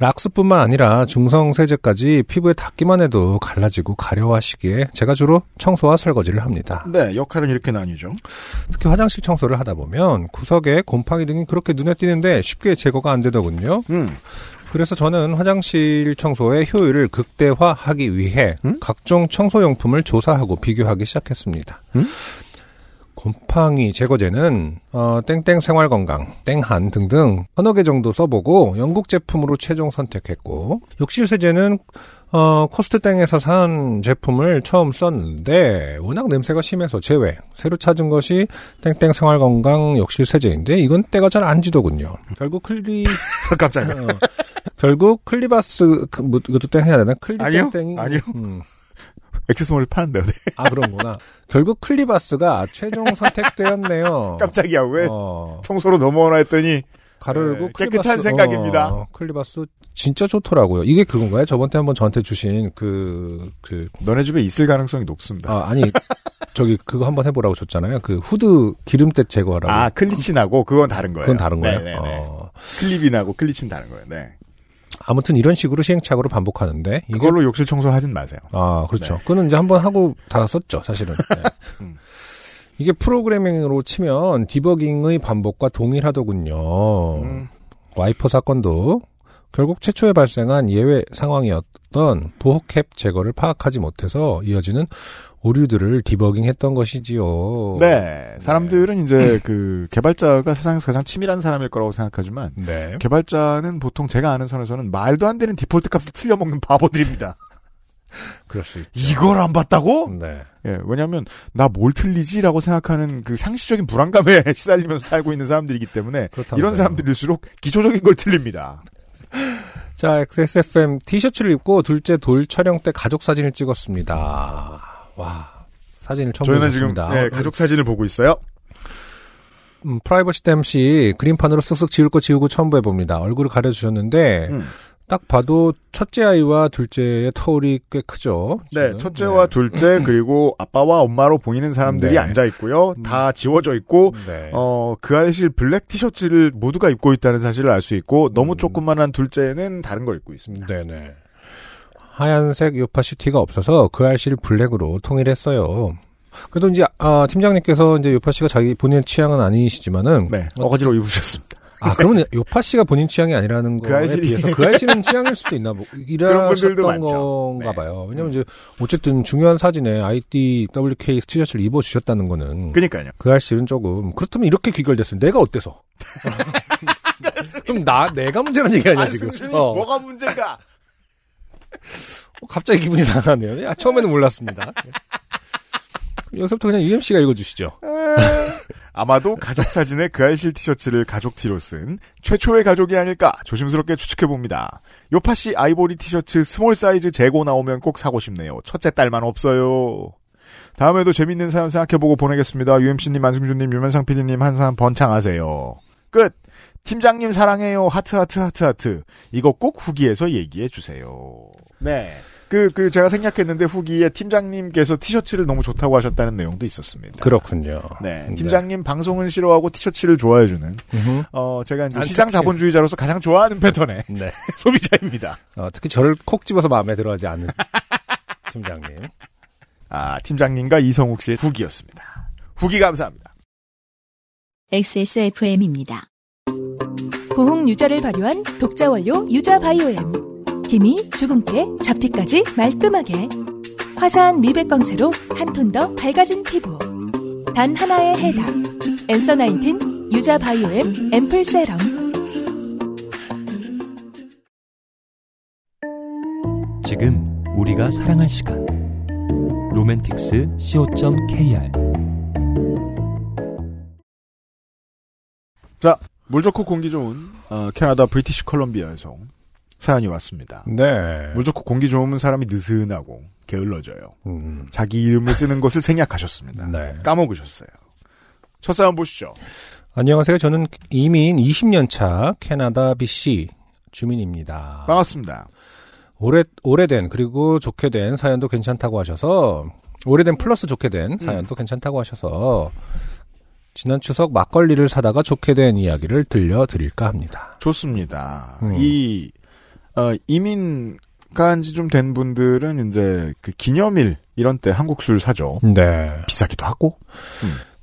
C: 락스뿐만 아니라 중성 세제까지 피부에 닿기만 해도 갈라지고 가려워하시기에 제가 주로 청소와 설거지를 합니다.
B: 네, 역할은 이렇게 나뉘죠.
C: 특히 화장실 청소를 하다 보면 구석에 곰팡이 등이 그렇게 눈에 띄는데 쉽게 제거가 안 되더군요.
B: 음,
C: 그래서 저는 화장실 청소의 효율을 극대화하기 위해
B: 음?
C: 각종 청소용품을 조사하고 비교하기 시작했습니다.
B: 음?
C: 곰팡이 제거제는 어, 땡땡 생활건강, 땡한 등등 서너 개 정도 써보고 영국 제품으로 최종 선택했고 욕실 세제는 어, 코스트땡에서 산 제품을 처음 썼는데 워낙 냄새가 심해서 제외 새로 찾은 것이 땡땡 생활건강 욕실 세제인데 이건 때가 잘 안 지더군요. 결국 클리
B: 깜짝이야.
C: 어, 결국 클리바스 그, 뭐, 이것도 땡 해야 되나? 클리
B: 아니요,
C: 땡땡이
B: 아니요.
C: 음.
B: 액세스몰을 파는데요. 네.
C: 아 그런구나. 결국 클리바스가 최종 선택되었네요.
B: 깜짝이야. 왜
C: 어,
B: 청소로 넘어오나 했더니
C: 가르고 어,
B: 네, 깨끗한 생각입니다.
C: 클리바스 진짜 좋더라고요. 이게 그건가요? 저번 때 한번 저한테 주신 그그
B: 너네 집에 있을 가능성이 높습니다.
C: 아, 아니 저기 그거 한번 해보라고 줬잖아요. 그 후드 기름때 제거하라고.
B: 아, 클리친하고 그건 다른 거예요.
C: 그건 다른 거예요.
B: 네네네.
C: 어,
B: 클리빈하고 클리친 다른 거예요. 네.
C: 아무튼 이런 식으로 시행착오로 반복하는데 이게
B: 그걸로 욕실 청소 하진 마세요.
C: 아, 그렇죠. 그거는 이제 한번 하고 다 썼죠, 사실은. 네.
B: 음.
C: 이게 프로그래밍으로 치면 디버깅의 반복과 동일하더군요.
B: 음.
C: 와이퍼 사건도 결국 최초에 발생한 예외 상황이었던 보호캡 제거를 파악하지 못해서 이어지는 오류들을 디버깅했던 것이지요.
B: 네. 사람들은 이제 그 개발자가 세상에서 가장 치밀한 사람일 거라고 생각하지만
C: 네.
B: 개발자는 보통 제가 아는 선에서는 말도 안 되는 디폴트 값을 틀려먹는 바보들입니다.
C: 그럴 수 있죠.
B: 이걸 안 봤다고?
C: 네.
B: 예, 왜냐면, 나 뭘 틀리지라고 생각하는 그 상시적인 불안감에 시달리면서 살고 있는 사람들이기 때문에,
C: 그렇다면서요.
B: 이런 사람들일수록 기초적인 걸 틀립니다.
C: 자, XSFM 티셔츠를 입고 둘째 돌 촬영 때 가족 사진을 찍었습니다. 와. 사진을 처음
B: 저희는 지금,
C: 보셨습니다. 네.
B: 예, 가족 사진을 보고 있어요.
C: 음, 프라이버시 댐씨 그림판으로 쓱쓱 지울 거 지우고 첨부해 봅니다. 얼굴을 가려주셨는데
B: 음.
C: 딱 봐도 첫째 아이와 둘째의 터울이 꽤 크죠.
B: 네,
C: 지금.
B: 첫째와 둘째, 그리고 아빠와 엄마로 보이는 사람들이
C: 네.
B: 앉아있고요. 다 지워져 있고,
C: 네.
B: 어, 그 아이실 블랙 티셔츠를 모두가 입고 있다는 사실을 알 수 있고, 너무 조그만한 둘째는 다른 걸 입고 있습니다.
C: 네네. 하얀색 요파시티가 없어서 그 알씨를 블랙으로 통일했어요. 그래도 이제 아, 팀장님께서 이제 요파씨가 자기 본인 취향은 아니시지만은
B: 네, 어가지로 입으셨습니다.
C: 아 그러면 요파씨가 본인 취향이 아니라는
B: 그
C: 거에
B: 알씨는-
C: 비해서 그 알씨는 취향일 수도 있나 보
B: 그런 분들도
C: 이라셨던
B: 많죠.
C: 건가
B: 네.
C: 봐요. 왜냐면 이제 어쨌든 중요한 사진에 IDWK 티셔츠를 입어주셨다는 거는
B: 그니까요.
C: 그 알씨는 조금 그렇다면 이렇게 귀결됐으면 내가 어때서? 그럼 나 내가 문제라는 얘기 아니야 지금?
B: 안승준이
C: 어.
B: 뭐가 문제가?
C: 갑자기 기분이 상하네요. 아, 처음에는 몰랐습니다. 예. 여기서부터 그냥 UMC가 읽어주시죠.
B: 아마도 가족 사진에 그 알실 티셔츠를 가족 티로 쓴 최초의 가족이 아닐까 조심스럽게 추측해 봅니다. 요파 씨 아이보리 티셔츠 스몰 사이즈 재고 나오면 꼭 사고 싶네요. 첫째 딸만 없어요. 다음에도 재밌는 사연 생각해보고 보내겠습니다. UMC님, 안승준님, 유면상 PD님 항상 번창하세요. 끝. 팀장님 사랑해요. 하트 하트 하트 하트. 이거 꼭 후기에서 얘기해 주세요. 네. 그, 그, 제가 생략했는데 후기에 팀장님께서 티셔츠를 너무 좋다고 하셨다는 내용도 있었습니다.
C: 그렇군요.
B: 네.
C: 네.
B: 팀장님 방송은 싫어하고 티셔츠를 좋아해주는,
C: 음흠.
B: 어, 제가 이제
C: 안
B: 시장
C: 착해.
B: 자본주의자로서 가장 좋아하는 패턴의
C: 네.
B: 소비자입니다.
C: 어, 특히 저를 콕 집어서 마음에 들어하지 않는 팀장님.
B: 아, 팀장님과 이성욱 씨의 후기였습니다. 후기 감사합니다.
A: XSFM입니다.
D: 보홍 유자를 발효한 독자 원료 유자 바이오엠. 힘이 주근깨, 잡티까지 말끔하게. 화사한 미백광채로 한 톤 더 밝아진 피부. 단 하나의 해답. 엔서 나인틴 유자 바이오엠 앰플 세럼.
G: 지금 우리가 사랑할 시간 로맨틱스 co.kr
B: 물 좋고 공기 좋은, 어, 캐나다 브리티시 컬럼비아에서 사연이 왔습니다.
C: 네.
B: 물 좋고 공기 좋은 사람이 느슨하고 게을러져요.
C: 음,
B: 자기 이름을 쓰는 것을 생략하셨습니다.
C: 네.
B: 까먹으셨어요. 첫 사연 보시죠.
C: 안녕하세요. 저는 이민 20년 차 캐나다 BC 주민입니다.
B: 반갑습니다.
C: 오래, 오래된, 그리고 좋게 된 사연도 괜찮다고 하셔서, 오래된 플러스 좋게 된 사연도 괜찮다고 하셔서, 지난 추석 막걸리를 사다가 좋게 된 이야기를 들려드릴까 합니다.
B: 좋습니다.
C: 음.
B: 이, 어, 이민 간 지 좀 된 분들은 이제 그 기념일 이런 때 한국 술 사죠.
C: 네.
B: 비싸기도 하고.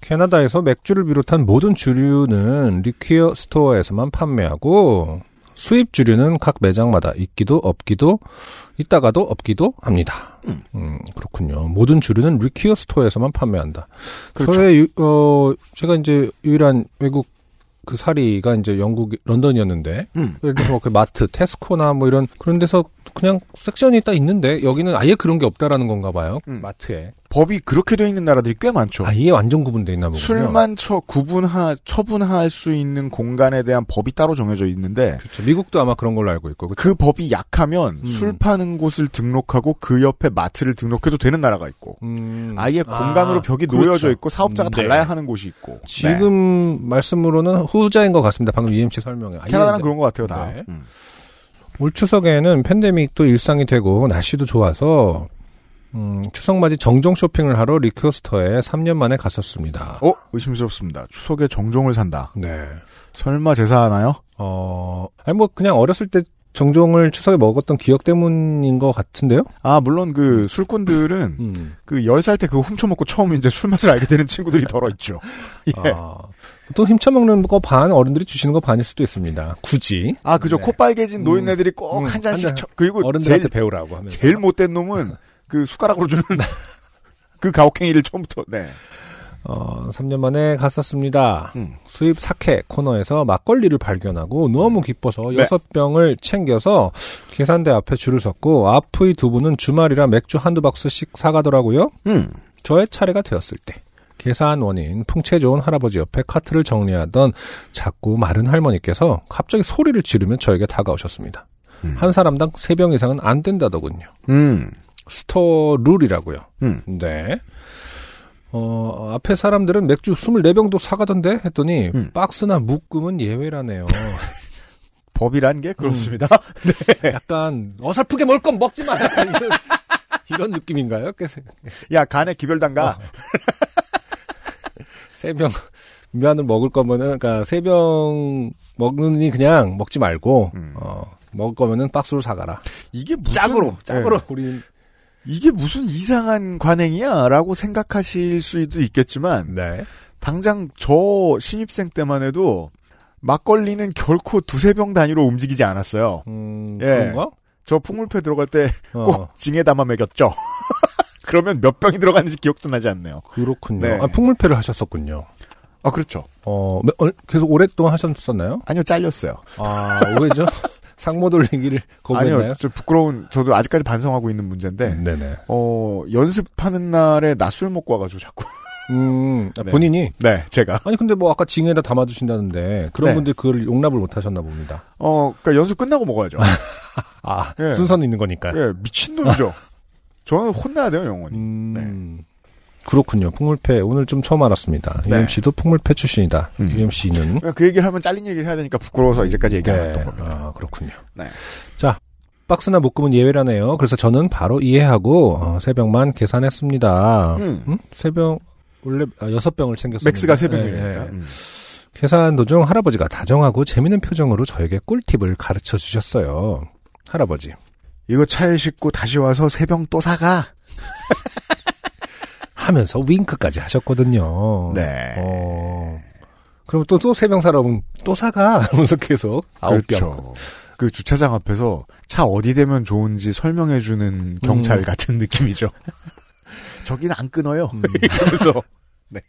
C: 캐나다에서 맥주를 비롯한 모든 주류는 리퀴어 스토어에서만 판매하고 수입 주류는 각 매장마다 있기도 없기도 있다가도 없기도 합니다. 음, 그렇군요. 모든 주류는 리퀴어 스토어에서만 판매한다.
B: 그렇죠.
C: 저의 유- 어 제가 이제 유일한 외국 그 사리가 이제 영국 런던이었는데
B: 음.
C: 예를 들어 그 마트 테스코나 뭐 이런 그런 데서 그냥 섹션이 딱 있는데 여기는 아예 그런 게 없다라는 건가 봐요.
B: 음.
C: 마트에
B: 법이 그렇게 돼 있는 나라들이 꽤 많죠.
C: 아예 완전 구분돼 있나 보군요.
B: 술만 처 구분하 처분할 수 있는 공간에 대한 법이 따로 정해져 있는데
C: 그렇죠. 미국도 아마 그런 걸로 알고 있고.
B: 그 법이 약하면
C: 음.
B: 술 파는 곳을 등록하고 그 옆에 마트를 등록해도 되는 나라가 있고
C: 음,
B: 아예
C: 아,
B: 공간으로 벽이
C: 그렇죠.
B: 놓여져 있고 사업자가
C: 음, 네.
B: 달라야 하는 곳이 있고 네.
C: 지금 말씀으로는 후자인 것 같습니다. 방금 UMC 설명에. 아예
B: 네. 캐나다는
C: 이제
B: 그런 것 같아요 다.
C: 네.
B: 음.
C: 올 추석에는 팬데믹도 일상이 되고 날씨도 좋아서 음, 추석 맞이 정종 쇼핑을 하러 리퀘스터에 3년 만에 갔었습니다.
B: 어 의심스럽습니다. 추석에 정종을 산다.
C: 네.
B: 설마 제사하나요?
C: 어, 아니 뭐 그냥 어렸을 때 정종을 추석에 먹었던 기억 때문인 것 같은데요.
B: 아 물론 그 술꾼들은
C: 음.
B: 그 10살 때 그거 훔쳐먹고 처음 이제 술 맛을 알게 되는 친구들이 덜어 있죠. 예.
C: 아, 또 힘쳐먹는 거 반 어른들이 주시는 거 반일 수도 있습니다. 굳이
B: 아 그죠
C: 네.
B: 콧빨개진
C: 음.
B: 노인네들이 꼭
C: 음,
B: 한 잔씩
C: 한 잔.
B: 쳐- 그리고 제일
C: 어른들한테 배우라고 하면서. 네.
B: 제일 못된 놈은 그 숟가락으로 주는 그 가혹행위를 처음부터 네.
C: 어, 3년 만에 갔었습니다.
B: 음.
C: 수입 사케 코너에서 막걸리를 발견하고 너무 기뻐서
B: 네.
C: 여섯 병을 챙겨서 계산대 앞에 줄을 섰고 앞의 두 분은 주말이라 맥주 한두 박스씩 사가더라고요.
B: 음.
C: 저의 차례가 되었을 때 계산원인 풍채 좋은 할아버지 옆에 카트를 정리하던 작고 마른 할머니께서 갑자기 소리를 지르며 저에게 다가오셨습니다.
B: 음.
C: 한 사람당 세 병 이상은 안 된다더군요.
B: 음.
C: 스토어 룰이라고요.
B: 음.
C: 네. 어, 앞에 사람들은 맥주 24병도 사가던데? 했더니,
B: 음.
C: 박스나 묶음은 예외라네요.
B: 법이란 게 그렇습니다.
C: 약간, 어설프게 먹을 건 먹지 마! 이런, 이런 느낌인가요?
B: 야 간에
C: 어.
B: 기별단가.
C: 세병 면을 먹을 거면은, 그니까, 세병 먹느니 그냥 먹지 말고,
B: 음.
C: 어, 먹을 거면은 박스로 사가라.
B: 이게 무슨
C: 짝으로, 짝으로.
B: 네.
C: 우린,
B: 이게 무슨 이상한 관행이야라고 생각하실 수도 있겠지만
C: 네.
B: 당장 저 신입생 때만 해도 막걸리는 결코 두세 병 단위로 움직이지 않았어요.
C: 음,
B: 예.
C: 그런가?
B: 저 풍물패 들어갈 때 꼭
C: 어,
B: 징에 담아 먹였죠. 그러면 몇 병이 들어갔는지 기억도 나지 않네요.
C: 그렇군요.
B: 네.
C: 아, 풍물패를 하셨었군요.
B: 아 그렇죠.
C: 어, 매- 얼- 계속 오랫동안 하셨었나요?
B: 아니요 잘렸어요.
C: 아, 왜죠? 상모 돌리기를 거부했나요? 음.
B: 아니요 저 부끄러운 저도 아직까지 반성하고 있는 문제인데
C: 네네.
B: 어 연습하는 날에 낮술 먹고 와가지고 자꾸
C: 음, 아,
B: 네.
C: 본인이.
B: 네 제가
C: 아니, 근데 뭐 아까 징에다 담아주신다는데, 그런
B: 네.
C: 분들 그걸 용납을 못 하셨나 봅니다.
B: 어 그러니까 연습 끝나고 먹어야죠.
C: 아,
B: 예.
C: 순서는 있는 거니까.
B: 예 미친 놈이죠. 저는 혼나야 돼요 영원히.
C: 음. 그렇군요. 풍물패 오늘 좀 처음 알았습니다.
B: 네.
C: UMC도 풍물패 출신이다.
B: 음.
C: UMC는
B: 그러니까 그 얘기를 하면 잘린 얘기를 해야 되니까 부끄러워서 이제까지 얘기 안 했던 겁니다.
C: 아, 그렇군요.
B: 네.
C: 자, 박스나 묶음은 예외라네요. 그래서 저는 바로 이해하고 어, 세 병만 계산했습니다.
B: 음.
C: 음? 세 병, 원래 아, 여섯 병을 챙겼습니다.
B: 맥스가 세
C: 예,
B: 병이니까.
C: 예.
B: 음.
C: 계산 도중 할아버지가 다정하고 재미있는 표정으로 저에게 꿀팁을 가르쳐 주셨어요. 할아버지.
B: 이거 차에 싣고 다시 와서 세 병 또 사가.
C: 하면서 윙크까지 하셨거든요.
B: 네.
C: 어. 그럼 또, 또 세 병 사러 오면 또 사가. 하면서 계속 아홉 병.
B: 그렇죠. 그 주차장 앞에서 차 어디 대면 좋은지 설명해주는 경찰
C: 음.
B: 같은 느낌이죠. 저긴 안 끊어요. 이러면서. 네.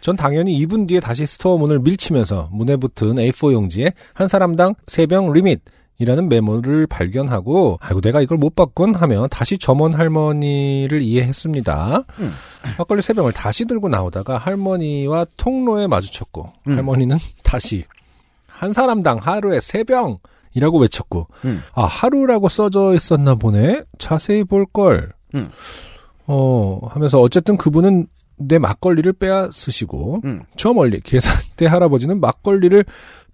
C: 전 당연히 2분 뒤에 다시 스토어 문을 밀치면서 문에 붙은 A4 용지에 한 사람당 세 병 리밋 이라는 메모를 발견하고 아이고 내가 이걸 못 봤군 하며 다시 점원 할머니를 이해했습니다.
B: 음.
C: 막걸리 세 병을 다시 들고 나오다가 할머니와 통로에 마주쳤고
B: 음.
C: 할머니는 다시 한 사람당 하루에 세 병이라고 외쳤고
B: 음.
C: 아 하루라고 써져 있었나 보네 자세히 볼걸
B: 음.
C: 어 하면서 어쨌든 그분은 내 막걸리를 빼앗으시고
B: 음.
C: 저 멀리 계산대 할아버지는 막걸리를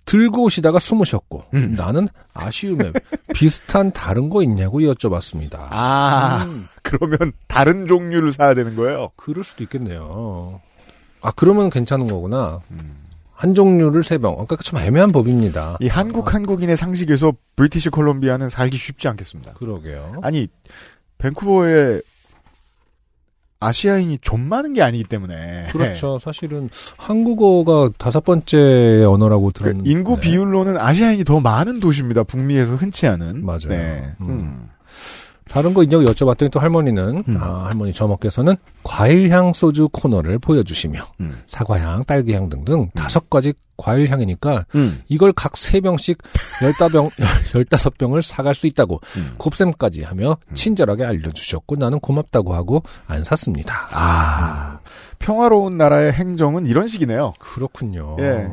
C: 들고 오시다가 숨으셨고
B: 음.
C: 나는 아쉬움에 비슷한 다른 거 있냐고 여쭤봤습니다. 음,
B: 아, 그러면 다른 종류를 사야 되는 거예요. 음.
C: 그럴 수도 있겠네요. 아 그러면 괜찮은 거구나. 한 종류를 세 병. 그러니까 참 애매한 법입니다.
B: 이 한국 한국인의 상식에서 브리티시 콜롬비아는 살기 쉽지 않겠습니다.
C: 그러게요.
B: 아니 밴쿠버에 아시아인이 좀 많은 게 아니기 때문에
C: 그렇죠. 사실은 한국어가 다섯 번째 언어라고
B: 그
C: 들었는데
B: 인구 비율로는 아시아인이 더 많은 도시입니다. 북미에서 흔치 않은.
C: 맞아요.
B: 네.
C: 음.
B: 음.
C: 다른 거 인력 여쭤봤더니 또 할머니는
B: 음.
C: 아, 할머니 저먹께서는 과일향 소주 코너를 보여주시며
B: 음.
C: 사과향, 딸기향 등등 다섯 가지 과일향이니까
B: 음.
C: 이걸 각 세병씩 15병, 15병을 사갈 수 있다고
B: 음.
C: 곱셈까지 하며 친절하게 알려주셨고 나는 고맙다고 하고 안 샀습니다.
B: 아 평화로운 나라의 행정은 이런 식이네요.
C: 그렇군요.
B: 예.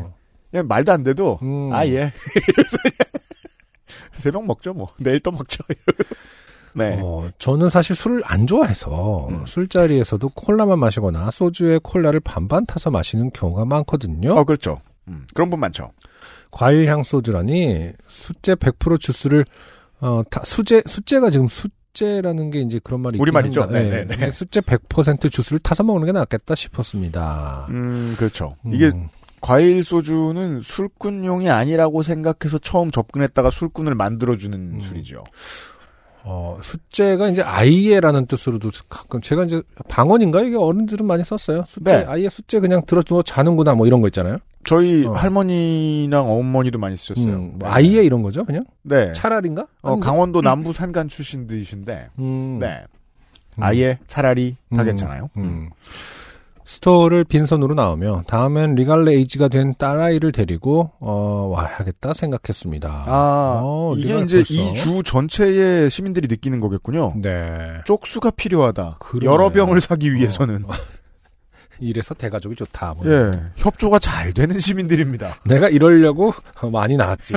B: 그냥 말도 안 돼도
C: 음.
B: 아 예. 이래서 그냥 새벽 먹죠 뭐 내일 또 먹죠. 이러고. 네.
C: 어, 저는 사실 술을 안 좋아해서
B: 음.
C: 술자리에서도 콜라만 마시거나 소주에 콜라를 반반 타서 마시는 경우가 많거든요.
B: 어 그렇죠. 음, 그런 분 많죠.
C: 과일향 소주라니 수제 100% 주스를 어, 다 수제 수제가 지금 수제라는 게 이제 그런 말이 있긴
B: 우리말이죠.
C: 합니다. 예.
B: 네네네.
C: 근데 수제 100% 주스를 타서 먹는 게 낫겠다 싶었습니다.
B: 음 그렇죠. 이게
C: 아. 음.
B: 과일 소주는 술꾼용이 아니라고 생각해서 처음 접근했다가 술꾼을 만들어주는
C: 음.
B: 술이죠.
C: 어, 숫제가 이제 아이예라는 뜻으로도 가끔 제가 이제 방언인가 이게 어른들은 많이 썼어요. 숫제
B: 네.
C: 아이예 숫제 그냥 들어주고 자는구나 뭐 이런 거 있잖아요.
B: 저희
C: 어.
B: 할머니랑 어머니도 많이 쓰셨어요.
C: 음, 뭐 아이예 이런 거죠 그냥
B: 네.
C: 차라리인가?
B: 어,
C: 아닌가?
B: 강원도 남부 산간 출신들이신데,
C: 음,
B: 네.
C: 음.
B: 아예 차라리 다
C: 음,
B: 괜찮아요.
C: 음. 스토어를 빈손으로 나오며 다음엔 리갈레 에이지가 된 딸아이를 데리고 어, 와야겠다 생각했습니다.
B: 아,
C: 어,
B: 이게
C: 리갈
B: 이제
C: 벌써.
B: 이 주 전체의 시민들이 느끼는 거겠군요.
C: 네.
B: 쪽수가 필요하다.
C: 그러네. 어.
B: 여러 병을 사기 위해서는.
C: 이래서 대가족이 좋다. 뭐.
B: 예, 협조가 잘 되는 시민들입니다.
C: 내가 이러려고 많이 나왔지.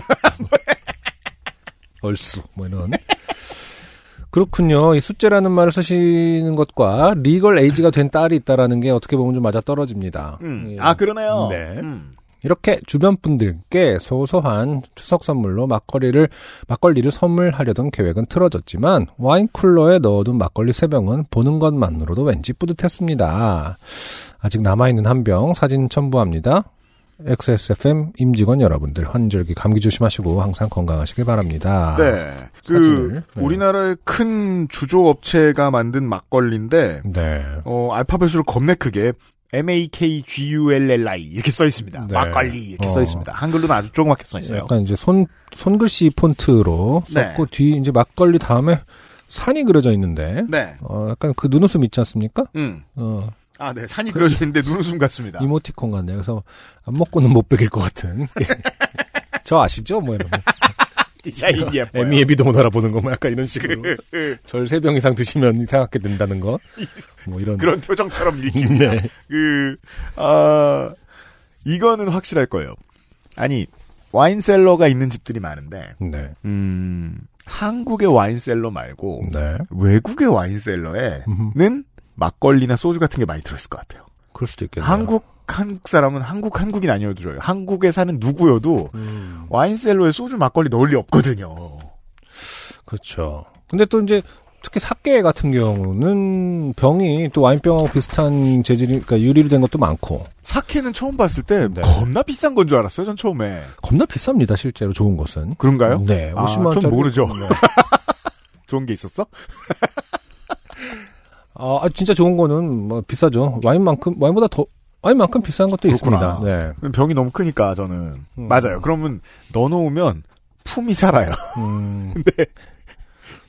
C: 얼쑤, 뭐 이런. 그렇군요. 이 숫제라는 말을 쓰시는 것과 리걸 에이지가 된 딸이 있다라는 게 어떻게 보면 좀 맞아 떨어집니다.
B: 음. 아, 그러네요.
C: 네.
B: 음.
C: 이렇게 주변 분들께 소소한 추석 선물로 막걸리를 막걸리를 선물하려던 계획은 틀어졌지만 와인 쿨러에 넣어둔 막걸리 세 병은 보는 것만으로도 왠지 뿌듯했습니다. 아직 남아있는 한 병 사진 첨부합니다. XSFM 임직원 여러분들 환절기 감기 조심하시고 항상 건강하시길 바랍니다.
B: 네. 그,
C: 사진을, 네.
B: 우리나라의 큰 주조업체가 만든 막걸리인데,
C: 네.
B: 어, 알파벳으로 겁내 크게, M-A-K-G-U-L-L-I 이렇게 써 있습니다.
C: 네.
B: 막걸리 이렇게
C: 어.
B: 써 있습니다. 한글로는 아주 조그맣게 써 있어요.
C: 약간 이제 손 손글씨 폰트로
B: 네.
C: 썼고 뒤 이제 막걸리 다음에 산이 그려져 있는데
B: 네.
C: 어 약간 그 눈웃음 있지 않습니까?
B: 음.
C: 어
B: 아, 네. 산이 그려져 있는데 눈웃음 같습니다.
C: 이모티콘 같네. 그래서 안 먹고는 못 베길 것 같은. 저 아시죠? 뭐 이런.
B: 디자인이 예뻐요.
C: 애미애비도 못 알아보는 거, 뭐 약간 이런 식으로. 절 세 병 이상 드시면 이상하게 된다는 거. 뭐 이런.
B: 그런 표정처럼 읽힙니다.
C: 네.
B: 그, 아, 이거는 확실할 거예요. 아니, 와인셀러가 있는 집들이 많은데,
C: 네.
B: 음, 한국의 와인셀러 말고,
C: 네.
B: 외국의 와인셀러에는
C: 음,
B: 막걸리나 소주 같은 게 많이 들어있을 것 같아요.
C: 그럴 수도 있겠네요.
B: 한국, 한국 사람은 한국, 한국인 아니어도 좋아요. 한국에 사는 누구여도
C: 음,
B: 와인셀러에 소주 막걸리 넣을 리 없거든요.
C: 그렇죠. 근데 또 이제 특히 사케 같은 경우는 병이 또 와인병하고 비슷한 재질이, 그러니까 유리로 된 것도 많고.
B: 사케는 처음 봤을 때
C: 네.
B: 겁나 비싼 건 줄 알았어요, 전 처음에.
C: 겁나 비쌉니다, 실제로 좋은 것은.
B: 그런가요?
C: 네.
B: 아,
C: 50만 원짜리. 네.
B: 전 모르죠. 좋은 게 있었어?
C: 아, 아, 진짜 좋은 거는 뭐 비싸죠. 와인만큼 와인보다 더 와인만큼 비싼 것도
B: 그렇구나.
C: 있습니다. 네.
B: 병이 너무 크니까 저는
C: 음.
B: 맞아요. 그러면 넣어놓으면 품이 살아요.
C: 음,
B: 네.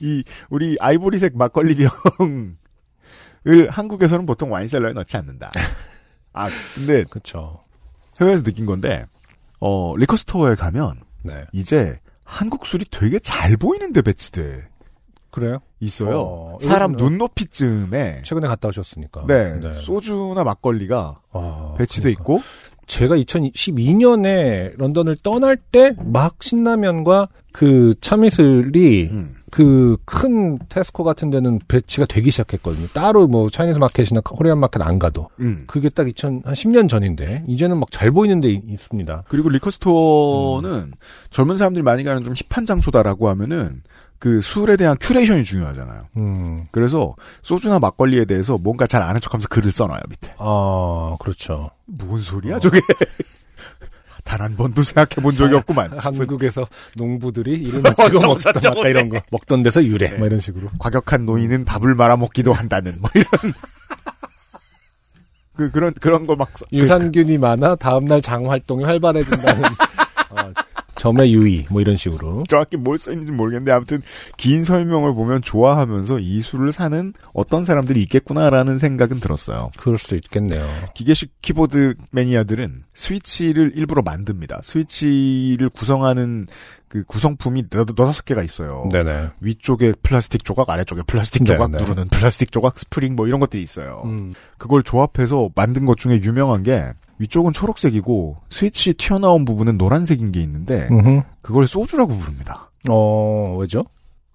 B: 이 우리 아이보리색 막걸리 병을 한국에서는 보통 와인셀러에 넣지 않는다. 아 근데
C: 그렇죠.
B: 해외에서 느낀 건데 어 리커스토어에 가면
C: 네.
B: 이제 한국 술이 되게 잘 보이는데 배치돼
C: 그래요?
B: 있어요.
C: 어,
B: 사람
C: 이거는-
B: 눈높이쯤에
C: 최근에 갔다 오셨으니까.
B: 네, 소주나 막걸리가
C: 아,
B: 배치돼
C: 그러니까.
B: 있고
C: 제가 2012년에 런던을 떠날 때 막 신라면과 그 참이슬이
B: 음.
C: 그 큰 테스코 같은 데는 배치가 되기 시작했거든요. 따로 뭐 차이니즈 마켓이나 코리안 마켓 안 가도
B: 음.
C: 그게 딱 2000, 한 10년 전인데 이제는 막 잘 보이는 데 있습니다.
B: 그리고 리커스토어는
C: 음.
B: 젊은 사람들이 많이 가는 좀 힙한 장소다라고 하면은 그 술에 대한 큐레이션이 중요하잖아요.
C: 음.
B: 그래서 소주나 막걸리에 대해서 뭔가 잘 아는 척하면서 글을 써놔요 밑에.
C: 아, 그렇죠.
B: 뭔 소리야 저게? 단 한 번도 생각해 본 적이 없구만.
C: 한국에서 농부들이 이런
B: 어,
C: 거
B: 저거
C: 먹던
B: 저거네. 네.
C: 아까 이런 거 먹던 데서 유래 막 이런 식으로
B: 과격한 노인은 밥을 말아먹기도 한다는 뭐 이런 그 그런 그런 걸막
C: 그러니까 유산균이 많아 다음날 장 활동이 활발해진다는 어, 점의 유의 뭐 이런 식으로
B: 정확히 뭘 써있는지 모르겠는데 아무튼 긴 설명을 보면 좋아하면서 이 술을 사는 어떤 사람들이 있겠구나라는 생각은 들었어요.
C: 그럴 수도 있겠네요.
B: 기계식 키보드 매니아들은 스위치를 일부러 만듭니다. 스위치를 구성하는 그 구성품이 너다섯 개가 있어요.
C: 네네.
B: 위쪽에 플라스틱 조각, 아래쪽에 플라스틱
C: 네,
B: 조각,
C: 네.
B: 누르는 플라스틱 조각, 스프링 뭐 이런 것들이 있어요.
C: 음.
B: 그걸 조합해서 만든 것 중에 유명한 게 위쪽은 초록색이고 스위치 튀어나온 부분은 노란색인 게 있는데
C: 음흠.
B: 그걸 소주라고 부릅니다.
C: 어 왜죠?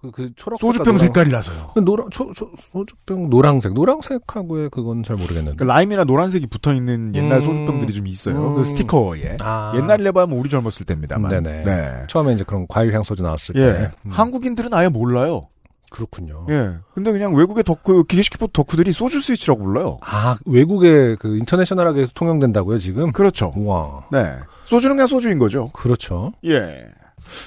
C: 그, 그 초록
B: 소주병 색깔이라서요.
C: 노랑 초, 초, 소주병 노랑색 노랑색하고의 그건 잘 모르겠는데.
B: 그 라임이나 노란색이 붙어 있는 옛날
C: 음.
B: 소주병들이 좀 있어요.
C: 음.
B: 그 스티커에.
C: 아. 음.
B: 옛날에 봐면 우리 젊었을 때입니다만.
C: 네네.
B: 네.
C: 처음에 이제 그런 과일 향소주 나왔을
B: 예.
C: 때. 음,
B: 한국인들은 아예 몰라요.
C: 그렇군요.
B: 예. 근데 그냥 외국의 덕후, 기계식키포 덕후들이 소주 스위치라고 불러요.
C: 아 외국에 그 인터내셔널하게 통용된다고요 지금?
B: 그렇죠.
C: 우와.
B: 네. 소주는 그냥 소주인 거죠.
C: 그렇죠.
B: 예.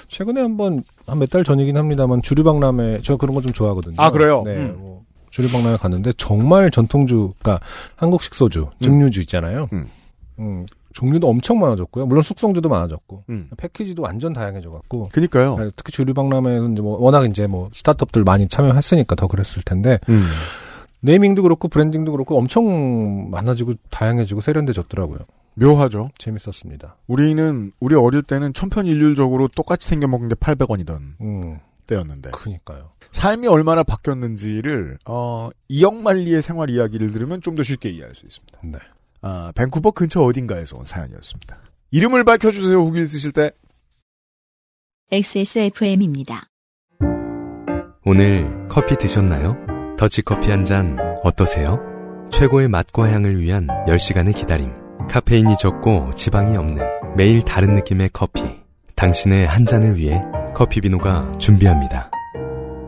C: 최근에 한번 한 몇 달 전이긴 합니다만 주류박람회 저 그런 거 좀 좋아하거든요.
B: 아, 그래요?
C: 네.
B: 음.
C: 뭐 주류박람회 갔는데 정말 전통주, 그러니까 한국식 소주, 증류주 있잖아요.
B: 음.
C: 음. 종류도 엄청 많아졌고요. 물론 숙성주도 많아졌고
B: 음.
C: 패키지도 완전 다양해져갖고
B: 그니까요.
C: 네, 특히 주류박람회는 이제 뭐 워낙 이제 뭐 스타트업들 많이 참여했으니까 더 그랬을 텐데
B: 음.
C: 네이밍도 그렇고 브랜딩도 그렇고 엄청 많아지고 다양해지고 세련돼졌더라고요.
B: 묘하죠.
C: 재밌었습니다.
B: 우리는, 우리 어릴 때는 천편일률적으로 똑같이 생겨먹은 게 800원이던
C: 음,
B: 때였는데.
C: 그니까요.
B: 삶이 얼마나 바뀌었는지를 어, 이영만리의 생활 이야기를 들으면 좀 더 쉽게 이해할 수 있습니다.
C: 네.
B: 아, 밴쿠버 근처 어딘가에서 온 사연이었습니다. 이름을 밝혀주세요. 후기를 쓰실 때.
A: XSFM입니다.
E: 오늘 커피 드셨나요? 더치커피 한 잔 어떠세요? 최고의 맛과 향을 위한 10시간의 기다림. 카페인이 적고 지방이 없는 매일 다른 느낌의 커피. 당신의 한 잔을 위해 커피비노가 준비합니다.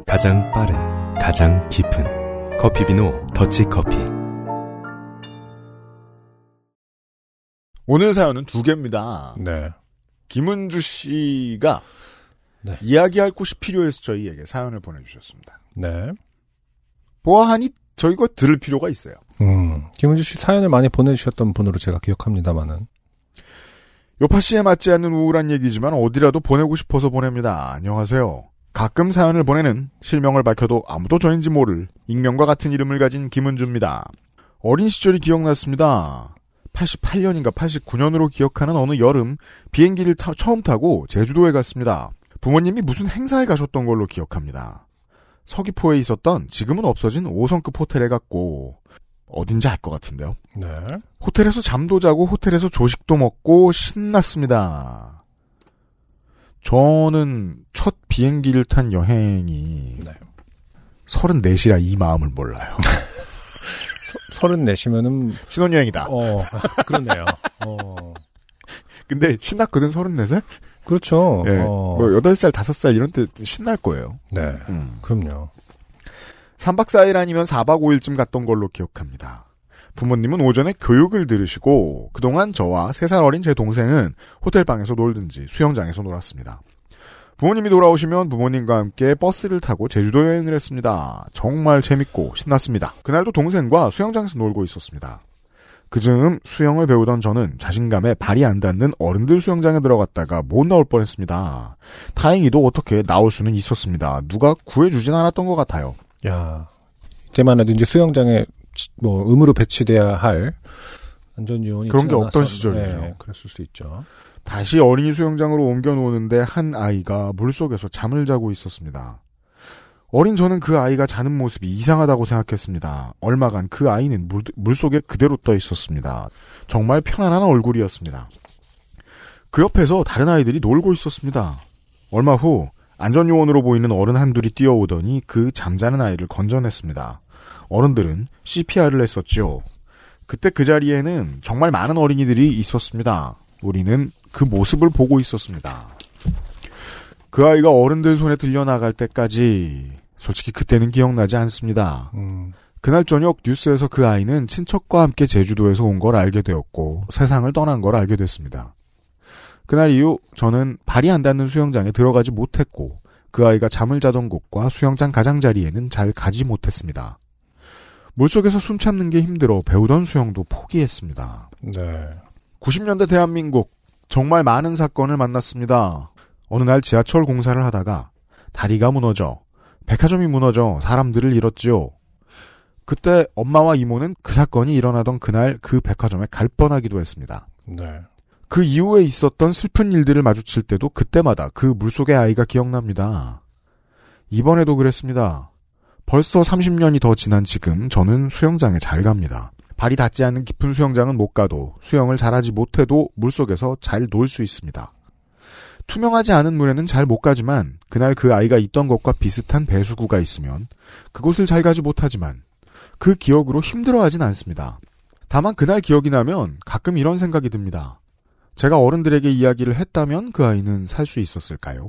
E: 가장 빠른, 가장 깊은 커피비노 더치커피.
B: 오늘 사연은 두 개입니다.
C: 네.
B: 김은주 씨가
C: 네.
B: 이야기할 곳이 필요해서 저희에게 사연을 보내주셨습니다.
C: 네.
B: 보아하니 저희가 들을 필요가 있어요.
C: 음, 김은주 씨 사연을 많이 보내주셨던 분으로 제가 기억합니다만은.
B: 요파 씨에 맞지 않는 우울한 얘기지만 어디라도 보내고 싶어서 보냅니다. 안녕하세요. 가끔 사연을 보내는 실명을 밝혀도 아무도 저인지 모를 익명과 같은 이름을 가진 김은주입니다. 어린 시절이 기억났습니다. 88년인가 89년으로 기억하는 어느 여름 비행기를 타- 처음 타고 제주도에 갔습니다. 부모님이 무슨 행사에 가셨던 걸로 기억합니다. 서귀포에 있었던 지금은 없어진 5성급 호텔에 갔고 어딘지 알 것 같은데요.
C: 네.
B: 호텔에서 잠도 자고 호텔에서 조식도 먹고 신났습니다. 저는 첫 비행기를 탄 여행이
C: 네.
B: 34시라 이 마음을 몰라요.
C: 서른 내시면은,
B: 신혼여행이다.
C: 어, 그렇네요. 어.
B: 근데 신났거든 34살?
C: 그렇죠.
B: 예.
C: 어.
B: 뭐 8살, 5살 이런 때 신날 거예요.
C: 네.
B: 음.
C: 그럼요.
B: 3박 4일 아니면 4박 5일쯤 갔던 걸로 기억합니다. 부모님은 오전에 교육을 들으시고 그동안 저와 3살 어린 제 동생은 호텔방에서 놀든지 수영장에서 놀았습니다. 부모님이 돌아오시면 부모님과 함께 버스를 타고 제주도 여행을 했습니다. 정말 재밌고 신났습니다. 그날도 동생과 수영장에서 놀고 있었습니다. 그즈음 수영을 배우던 저는 자신감에 발이 안 닿는 어른들 수영장에 들어갔다가 못 나올 뻔했습니다. 다행히도 어떻게 나올 수는 있었습니다. 누가 구해주진 않았던 것 같아요.
C: 야 이때만 해도 이제 수영장에 지- 뭐 음으로 배치돼야 할 안전 요원이
B: 그런 게
C: 있지
B: 없던
C: 않았었-
B: 시절이죠.
C: 네, 그랬을 수 있죠.
B: 다시 어린이 수영장으로 옮겨놓는데 한 아이가 물속에서 잠을 자고 있었습니다. 어린 저는 그 아이가 자는 모습이 이상하다고 생각했습니다. 얼마간 그 아이는 물, 물속에 그대로 떠 있었습니다. 정말 편안한 얼굴이었습니다. 그 옆에서 다른 아이들이 놀고 있었습니다. 얼마 후 안전요원으로 보이는 어른 한둘이 뛰어오더니 그 잠자는 아이를 건져냈습니다. 어른들은 CPR을 했었지요. 그때 그 자리에는 정말 많은 어린이들이 있었습니다. 우리는 그 모습을 보고 있었습니다. 그 아이가 어른들 손에 들려 나갈 때까지 솔직히 그때는 기억나지 않습니다.
C: 음,
B: 그날 저녁 뉴스에서 그 아이는 친척과 함께 제주도에서 온 걸 알게 되었고 세상을 떠난 걸 알게 됐습니다. 그날 이후 저는 발이 안 닿는 수영장에 들어가지 못했고 그 아이가 잠을 자던 곳과 수영장 가장자리에는 잘 가지 못했습니다. 물속에서 숨 참는 게 힘들어 배우던 수영도 포기했습니다.
C: 네.
B: 90년대 대한민국 정말 많은 사건을 만났습니다. 어느 날 지하철 공사를 하다가 다리가 무너져 백화점이 무너져 사람들을 잃었지요. 그때 엄마와 이모는 그 사건이 일어나던 그날 그 백화점에 갈 뻔하기도 했습니다.
C: 네.
B: 그 이후에 있었던 슬픈 일들을 마주칠 때도 그때마다 그 물속의 아이가 기억납니다. 이번에도 그랬습니다. 벌써 30년이 더 지난 지금 저는 수영장에 잘 갑니다. 발이 닿지 않는 깊은 수영장은 못 가도 수영을 잘하지 못해도 물속에서 잘 놀 수 있습니다. 투명하지 않은 물에는 잘 못 가지만 그날 그 아이가 있던 것과 비슷한 배수구가 있으면 그곳을 잘 가지 못하지만 그 기억으로 힘들어하진 않습니다. 다만 그날 기억이 나면 가끔 이런 생각이 듭니다. 제가 어른들에게 이야기를 했다면 그 아이는 살 수 있었을까요?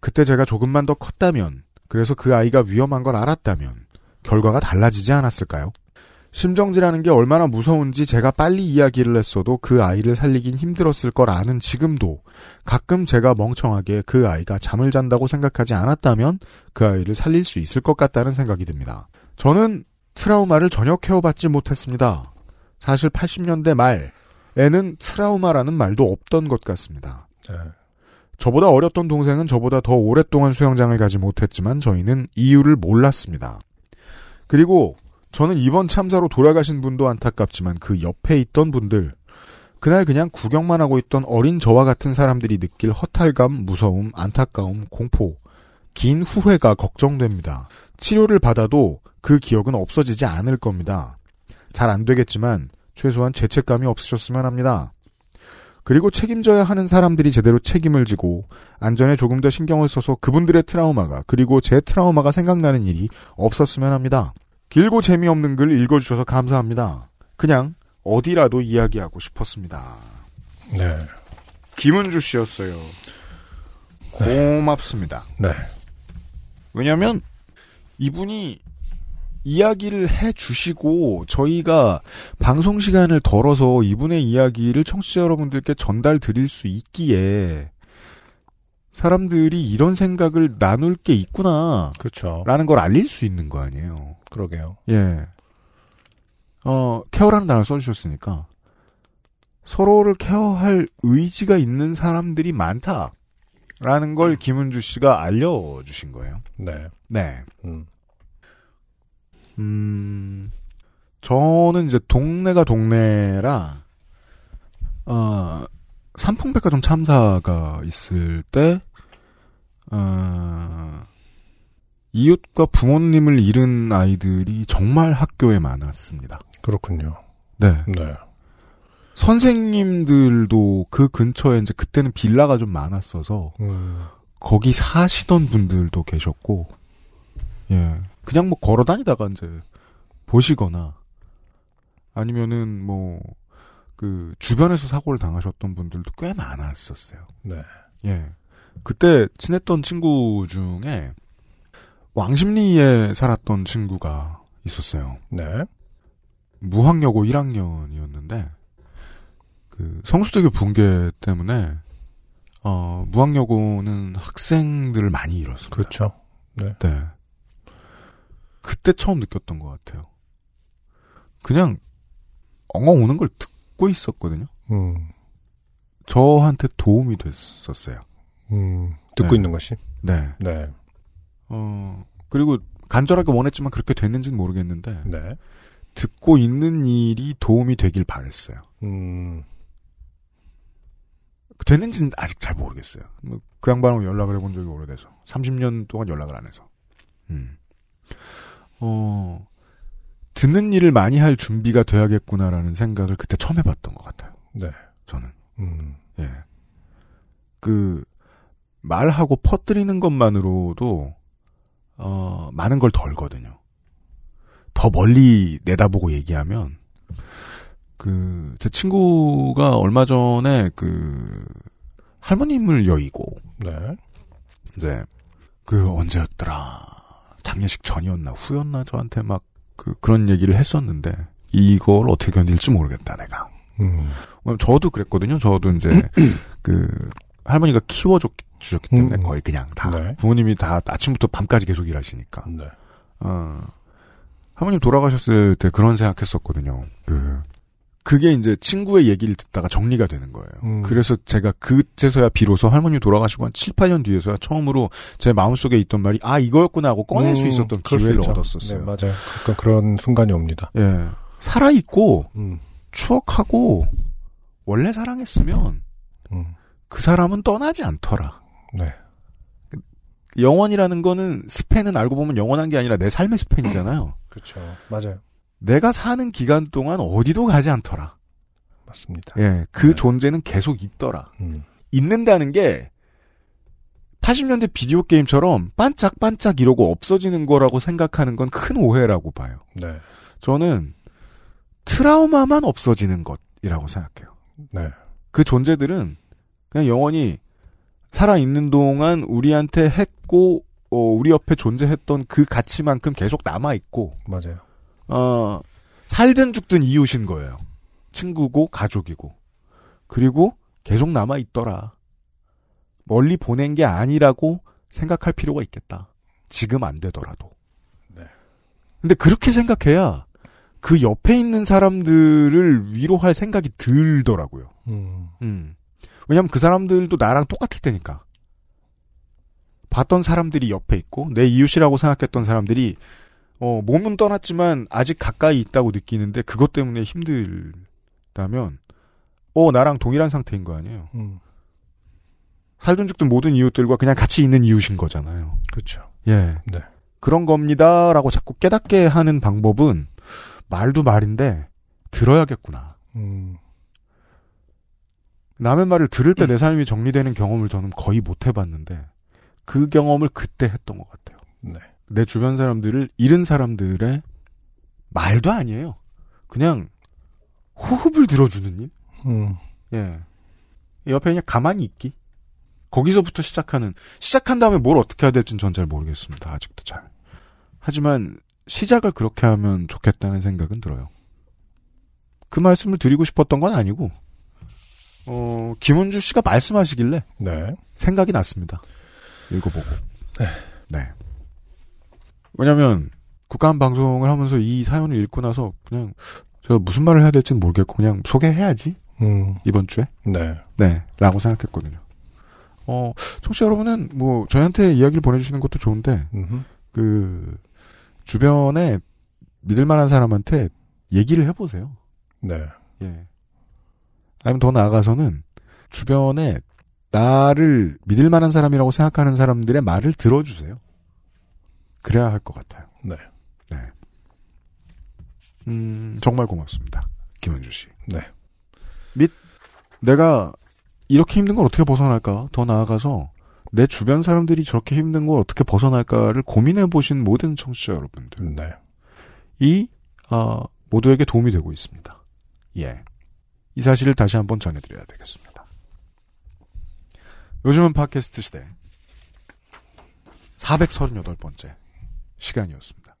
B: 그때 제가 조금만 더 컸다면, 그래서 그 아이가 위험한 걸 알았다면, 결과가 달라지지 않았을까요? 심정지라는 게 얼마나 무서운지 제가 빨리 이야기를 했어도 그 아이를 살리긴 힘들었을 걸 아는 지금도 가끔 제가 멍청하게 그 아이가 잠을 잔다고 생각하지 않았다면 그 아이를 살릴 수 있을 것 같다는 생각이 듭니다. 저는 트라우마를 전혀 케어받지 못했습니다. 사실 80년대 말, 에는 트라우마라는 말도 없던 것 같습니다.
C: 네.
B: 저보다 어렸던 동생은 저보다 더 오랫동안 수영장을 가지 못했지만 저희는 이유를 몰랐습니다. 그리고 저는 이번 참사로 돌아가신 분도 안타깝지만 그 옆에 있던 분들, 그날 그냥 구경만 하고 있던 어린 저와 같은 사람들이 느낄 허탈감, 무서움, 안타까움, 공포, 긴 후회가 걱정됩니다. 치료를 받아도 그 기억은 없어지지 않을 겁니다. 잘 안 되겠지만 최소한 죄책감이 없으셨으면 합니다. 그리고 책임져야 하는 사람들이 제대로 책임을 지고 안전에 조금 더 신경을 써서 그분들의 트라우마가 그리고 제 트라우마가 생각나는 일이 없었으면 합니다. 길고 재미없는 글 읽어주셔서 감사합니다. 그냥 어디라도 이야기하고 싶었습니다.
C: 네.
B: 김은주 씨였어요. 고맙습니다.
C: 네.
B: 왜냐면 하 이분이 이야기를 해 주시고 저희가 방송 시간을 덜어서 이분의 이야기를 청취자 여러분들께 전달 드릴 수 있기에 사람들이 이런 생각을 나눌 게 있구나
C: 그렇죠.
B: 라는 걸 알릴 수 있는 거 아니에요.
C: 그러게요.
B: 예. 어, 케어라는 단어를 써주셨으니까 서로를 케어할 의지가 있는 사람들이 많다 라는 걸 김은주 씨가 알려주신 거예요.
C: 네.
B: 네.
C: 음.
B: 음, 저는 이제 동네가 동네라, 어, 삼풍백화점 참사가 있을 때, 어, 이웃과 부모님을 잃은 아이들이 정말 학교에 많았습니다.
C: 그렇군요.
B: 네.
C: 네.
B: 선생님들도 그 근처에 이제 그때는 빌라가 좀 많았어서
C: 음.
B: 거기 사시던 분들도 계셨고, 예. 그냥 뭐 걸어 다니다가 이제 보시거나, 아니면은 뭐, 그, 주변에서 사고를 당하셨던 분들도 꽤 많았었어요.
C: 네.
B: 예. 그때 친했던 친구 중에 왕십리에 살았던 친구가 있었어요.
C: 네.
B: 무학여고 1학년이었는데 그 성수대교 붕괴 때문에 어 무학여고는 학생들을 많이 잃었습니다.
C: 그렇죠.
B: 네. 그때 처음 느꼈던 것 같아요. 그냥 엉엉 우는 걸 듣고 있었거든요.
C: 음.
B: 저한테 도움이 됐었어요.
C: 음. 듣고
B: 네.
C: 있는 것이.
B: 네.
C: 네.
B: 어 그리고 간절하게 원했지만 그렇게 됐는지는 모르겠는데
C: 네.
B: 듣고 있는 일이 도움이 되길 바랬어요.
C: 음.
B: 되는지는 아직 잘 모르겠어요. 뭐그 양반하고 연락을 해본 적이 오래돼서 30년 동안 연락을 안 해서. 음. 어 듣는 일을 많이 할 준비가 돼야겠구나라는 생각을 그때 처음 해봤던 것 같아요.
C: 네.
B: 저는
C: 음.
B: 예. 그 말하고 퍼뜨리는 것만으로도 어 많은 걸 덜거든요. 더 멀리 내다보고 얘기하면 그 제 친구가 얼마 전에 그 할머님을 여의고
C: 네.
B: 네. 그 언제였더라. 장례식 전이었나 후였나 저한테 막 그 그런 얘기를 했었는데 이걸 어떻게 견딜지 모르겠다 내가.
C: 음.
B: 왜냐면 저도 그랬거든요. 저도 이제 그 할머니가 키워주셨기 때문에
C: 음.
B: 거의 그냥 다
C: 네.
B: 부모님이 다 아침부터 밤까지 계속 일하시니까
C: 네.
B: 어, 할머님 돌아가셨을 때 그런 생각했었거든요. 그 그게 이제 친구의 얘기를 듣다가 정리가 되는 거예요.
C: 음.
B: 그래서 제가 그제서야 비로소 할머님 돌아가시고 한 7, 8년 뒤에서야 처음으로 제 마음속에 있던 말이 아 이거였구나 하고 꺼낼 수
C: 음,
B: 있었던
C: 그럴 수
B: 기회를
C: 있죠.
B: 얻었었어요.
C: 네, 맞아요. 그러니까 그런 순간이 옵니다.
B: 예. 살아있고
C: 음.
B: 추억하고 원래 사랑했으면
C: 음.
B: 그 사람은 떠나지 않더라.
C: 네.
B: 영원이라는 거는 스팬은 알고 보면 영원한 게 아니라 내 삶의 스팬이잖아요.
C: 그렇죠. 맞아요.
B: 내가 사는 기간 동안 어디도 가지 않더라.
C: 맞습니다.
B: 예, 그
C: 네.
B: 존재는 계속 있더라.
C: 음.
B: 있는다는 게 80년대 비디오 게임처럼 반짝반짝 이러고 없어지는 거라고 생각하는 건 큰 오해라고 봐요.
C: 네.
B: 저는 트라우마만 없어지는 것이라고 생각해요.
C: 네.
B: 그 존재들은 그냥 영원히 살아있는 동안 우리한테 했고, 어, 우리 옆에 존재했던 그 가치만큼 계속 남아있고,
C: 맞아요.
B: 어, 살든 죽든 이웃인 거예요. 친구고, 가족이고. 그리고 계속 남아있더라. 멀리 보낸 게 아니라고 생각할 필요가 있겠다. 지금 안 되더라도.
C: 네.
B: 근데 그렇게 생각해야 그 옆에 있는 사람들을 위로할 생각이 들더라고요.
C: 음.
B: 음. 왜냐면 그 사람들도 나랑 똑같을 테니까. 봤던 사람들이 옆에 있고, 내 이웃이라고 생각했던 사람들이, 어, 몸은 떠났지만 아직 가까이 있다고 느끼는데, 그것 때문에 힘들다면, 어, 나랑 동일한 상태인 거 아니에요?
C: 음.
B: 살든 죽든 모든 이웃들과 그냥 같이 있는 이웃인 거잖아요.
C: 그렇죠.
B: 예.
C: 네.
B: 그런 겁니다. 라고 자꾸 깨닫게 하는 방법은, 말도 말인데, 들어야겠구나.
C: 음.
B: 남의 말을 들을 때 내 삶이 정리되는 경험을 저는 거의 못 해봤는데 그 경험을 그때 했던 것 같아요.
C: 네.
B: 내 주변 사람들을 잃은 사람들의 말도 아니에요. 그냥 호흡을 들어주는 일.
C: 음.
B: 예. 옆에 그냥 가만히 있기. 거기서부터 시작하는 시작한 다음에 뭘 어떻게 해야 될지는 전 잘 모르겠습니다. 아직도 잘. 하지만 시작을 그렇게 하면 좋겠다는 생각은 들어요. 그 말씀을 드리고 싶었던 건 아니고 어, 김은주 씨가 말씀하시길래
C: 네.
B: 생각이 났습니다. 읽어보고. 네. 왜냐면, 국가한 방송을 하면서 이 사연을 읽고 나서, 그냥, 제가 무슨 말을 해야 될지는 모르겠고, 그냥 소개해야지,
C: 음.
B: 이번 주에.
C: 네.
B: 네. 라고 생각했거든요. 어, 청취자 여러분은, 뭐, 저희한테 이야기를 보내주시는 것도 좋은데,
C: 음흠.
B: 그, 주변에 믿을만한 사람한테 얘기를 해보세요.
C: 네.
B: 예. 아니면 더 나아가서는 주변에 나를 믿을 만한 사람이라고 생각하는 사람들의 말을 들어주세요. 그래야 할 것 같아요.
C: 네.
B: 네. 음, 정말 고맙습니다. 김현주 씨.
C: 네.
B: 및 내가 이렇게 힘든 걸 어떻게 벗어날까? 더 나아가서 내 주변 사람들이 저렇게 힘든 걸 어떻게 벗어날까를 고민해 보신 모든 청취자 여러분들.
C: 네.
B: 이 어, 모두에게 도움이 되고 있습니다. 예, 이 사실을 다시 한번 전해드려야 되겠습니다. 요즘은 팟캐스트 시대 438번째 시간이었습니다.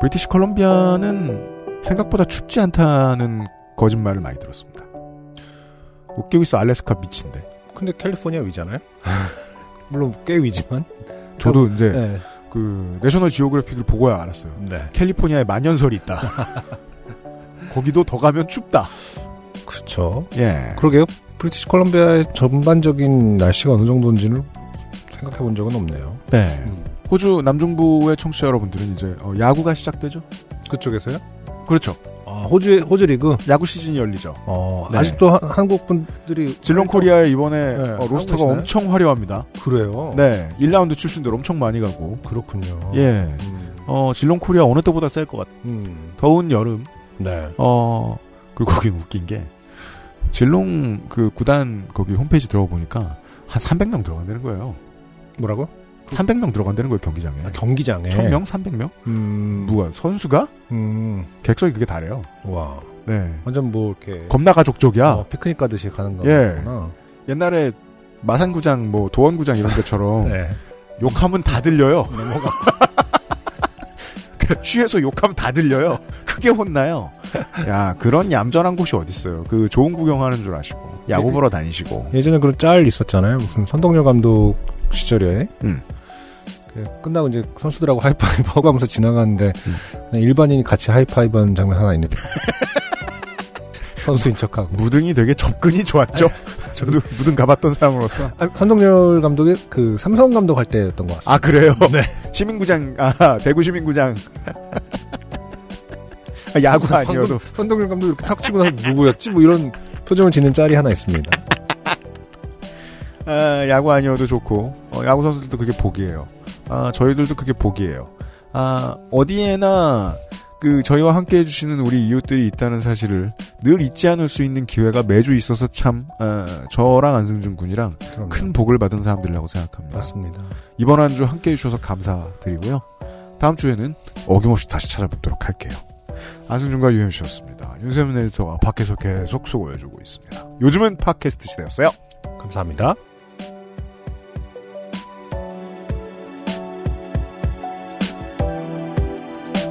B: 브리티시 컬럼비아는 생각보다 춥지 않다는 거짓말을 많이 들었습니다. 웃기고 있어 알래스카 미친데.
C: 근데 캘리포니아 위잖아요. 물론 꽤 위지만.
B: 저도 이제
C: 네.
B: 그 내셔널 지오그래픽을 보고야 알았어요.
C: 네.
B: 캘리포니아에 만년설이 있다. 거기도 더 가면 춥다.
C: 그렇죠.
B: 예.
C: 그러게요. 브리티시 콜롬비아의 전반적인 날씨가 어느 정도인지는 생각해 본 적은 없네요.
B: 네. 호주 남중부의 청취자 여러분들은 이제 어, 야구가 시작되죠?
C: 그쪽에서요?
B: 그렇죠.
C: 아, 호주 호주 리그.
B: 야구 시즌이 열리죠.
C: 어,
B: 네.
C: 아직도 한- 한국 분들이
B: 질롱 코리아의 이번에
C: 그러니까. 네,
B: 어, 로스터가
C: 하고 계시나요? 어.
B: 엄청 화려합니다.
C: 그래요.
B: 네. 1라운드 출신들 엄청 많이 가고.
C: 그렇군요.
B: 예.
C: 음.
B: 어, 질롱 코리아 어느 때보다 셀 것 같아요.
C: 음.
B: 더운 여름.
C: 네.
B: 어, 그리고 거긴 웃긴 게, 질롱 그 구단 거기 홈페이지 들어보니까 한 300명 들어간다는 거예요.
C: 뭐라고?
B: 300명 들어간다는 거예요, 경기장에.
C: 그 아, 경기장에.
B: 1000명? 300명?
C: 음.
B: 누가, 선수가?
C: 음.
B: 객석이 그게 다래요.
C: 와.
B: 네.
C: 완전 뭐 이렇게
B: 겁나 가족적이야.
C: 어, 피크닉 가듯이 가는
B: 예.
C: 거구나.
B: 옛날에 마산구장, 뭐 도원구장 이런 데처럼
C: 네.
B: 욕하면 다 들려요. 그 취해서 욕하면 다 들려요. 크게 혼나요. 야 그런 얌전한 곳이 어딨어요. 그 좋은 구경하는 줄 아시고
C: 네,
B: 야구 보러 다니시고
C: 예전에 그런 짤 있었잖아요. 무슨 선동열 감독 시절에.
B: 음.
C: 그 끝나고 이제 선수들하고 하이파이브 하고 하면서 지나가는데
B: 음.
C: 그냥 일반인이 같이 하이파이브 하는 장면 하나 있는데. 선수인 척하고.
B: 무등이 되게 접근이 좋았죠.
C: 네.
B: 저도 무등 가봤던 사람으로서
C: 아, 선동열 감독이 그 삼성 감독 할 때였던 것 같습니다.
B: 아 그래요.
C: 네.
B: 시민구장 아 대구 시민구장 아, 야구 아니어도
C: 방금 선동열 감독 이렇게 탁 치고 나서 누구였지? 뭐 이런 표정을 짓는 짤이 하나 있습니다.
B: 아, 야구 아니어도 좋고 어, 야구 선수들도 그게 복이에요. 아, 저희들도 그게 복이에요. 아, 어디에나 그 저희와 함께 해주시는 우리 이웃들이 있다는 사실을 늘 잊지 않을 수 있는 기회가 매주 있어서 참 아, 저랑 안승준 군이랑
C: 그럼요.
B: 큰 복을 받은 사람들이라고 생각합니다.
C: 맞습니다.
B: 이번 한 주 함께 해주셔서 감사드리고요. 다음 주에는 어김없이 다시 찾아뵙도록 할게요. 안승준과 유현 씨였습니다. 윤세민 에디터가 밖에서 계속 수고해주고 있습니다. 요즘은 팟캐스트 시대였어요.
C: 감사합니다.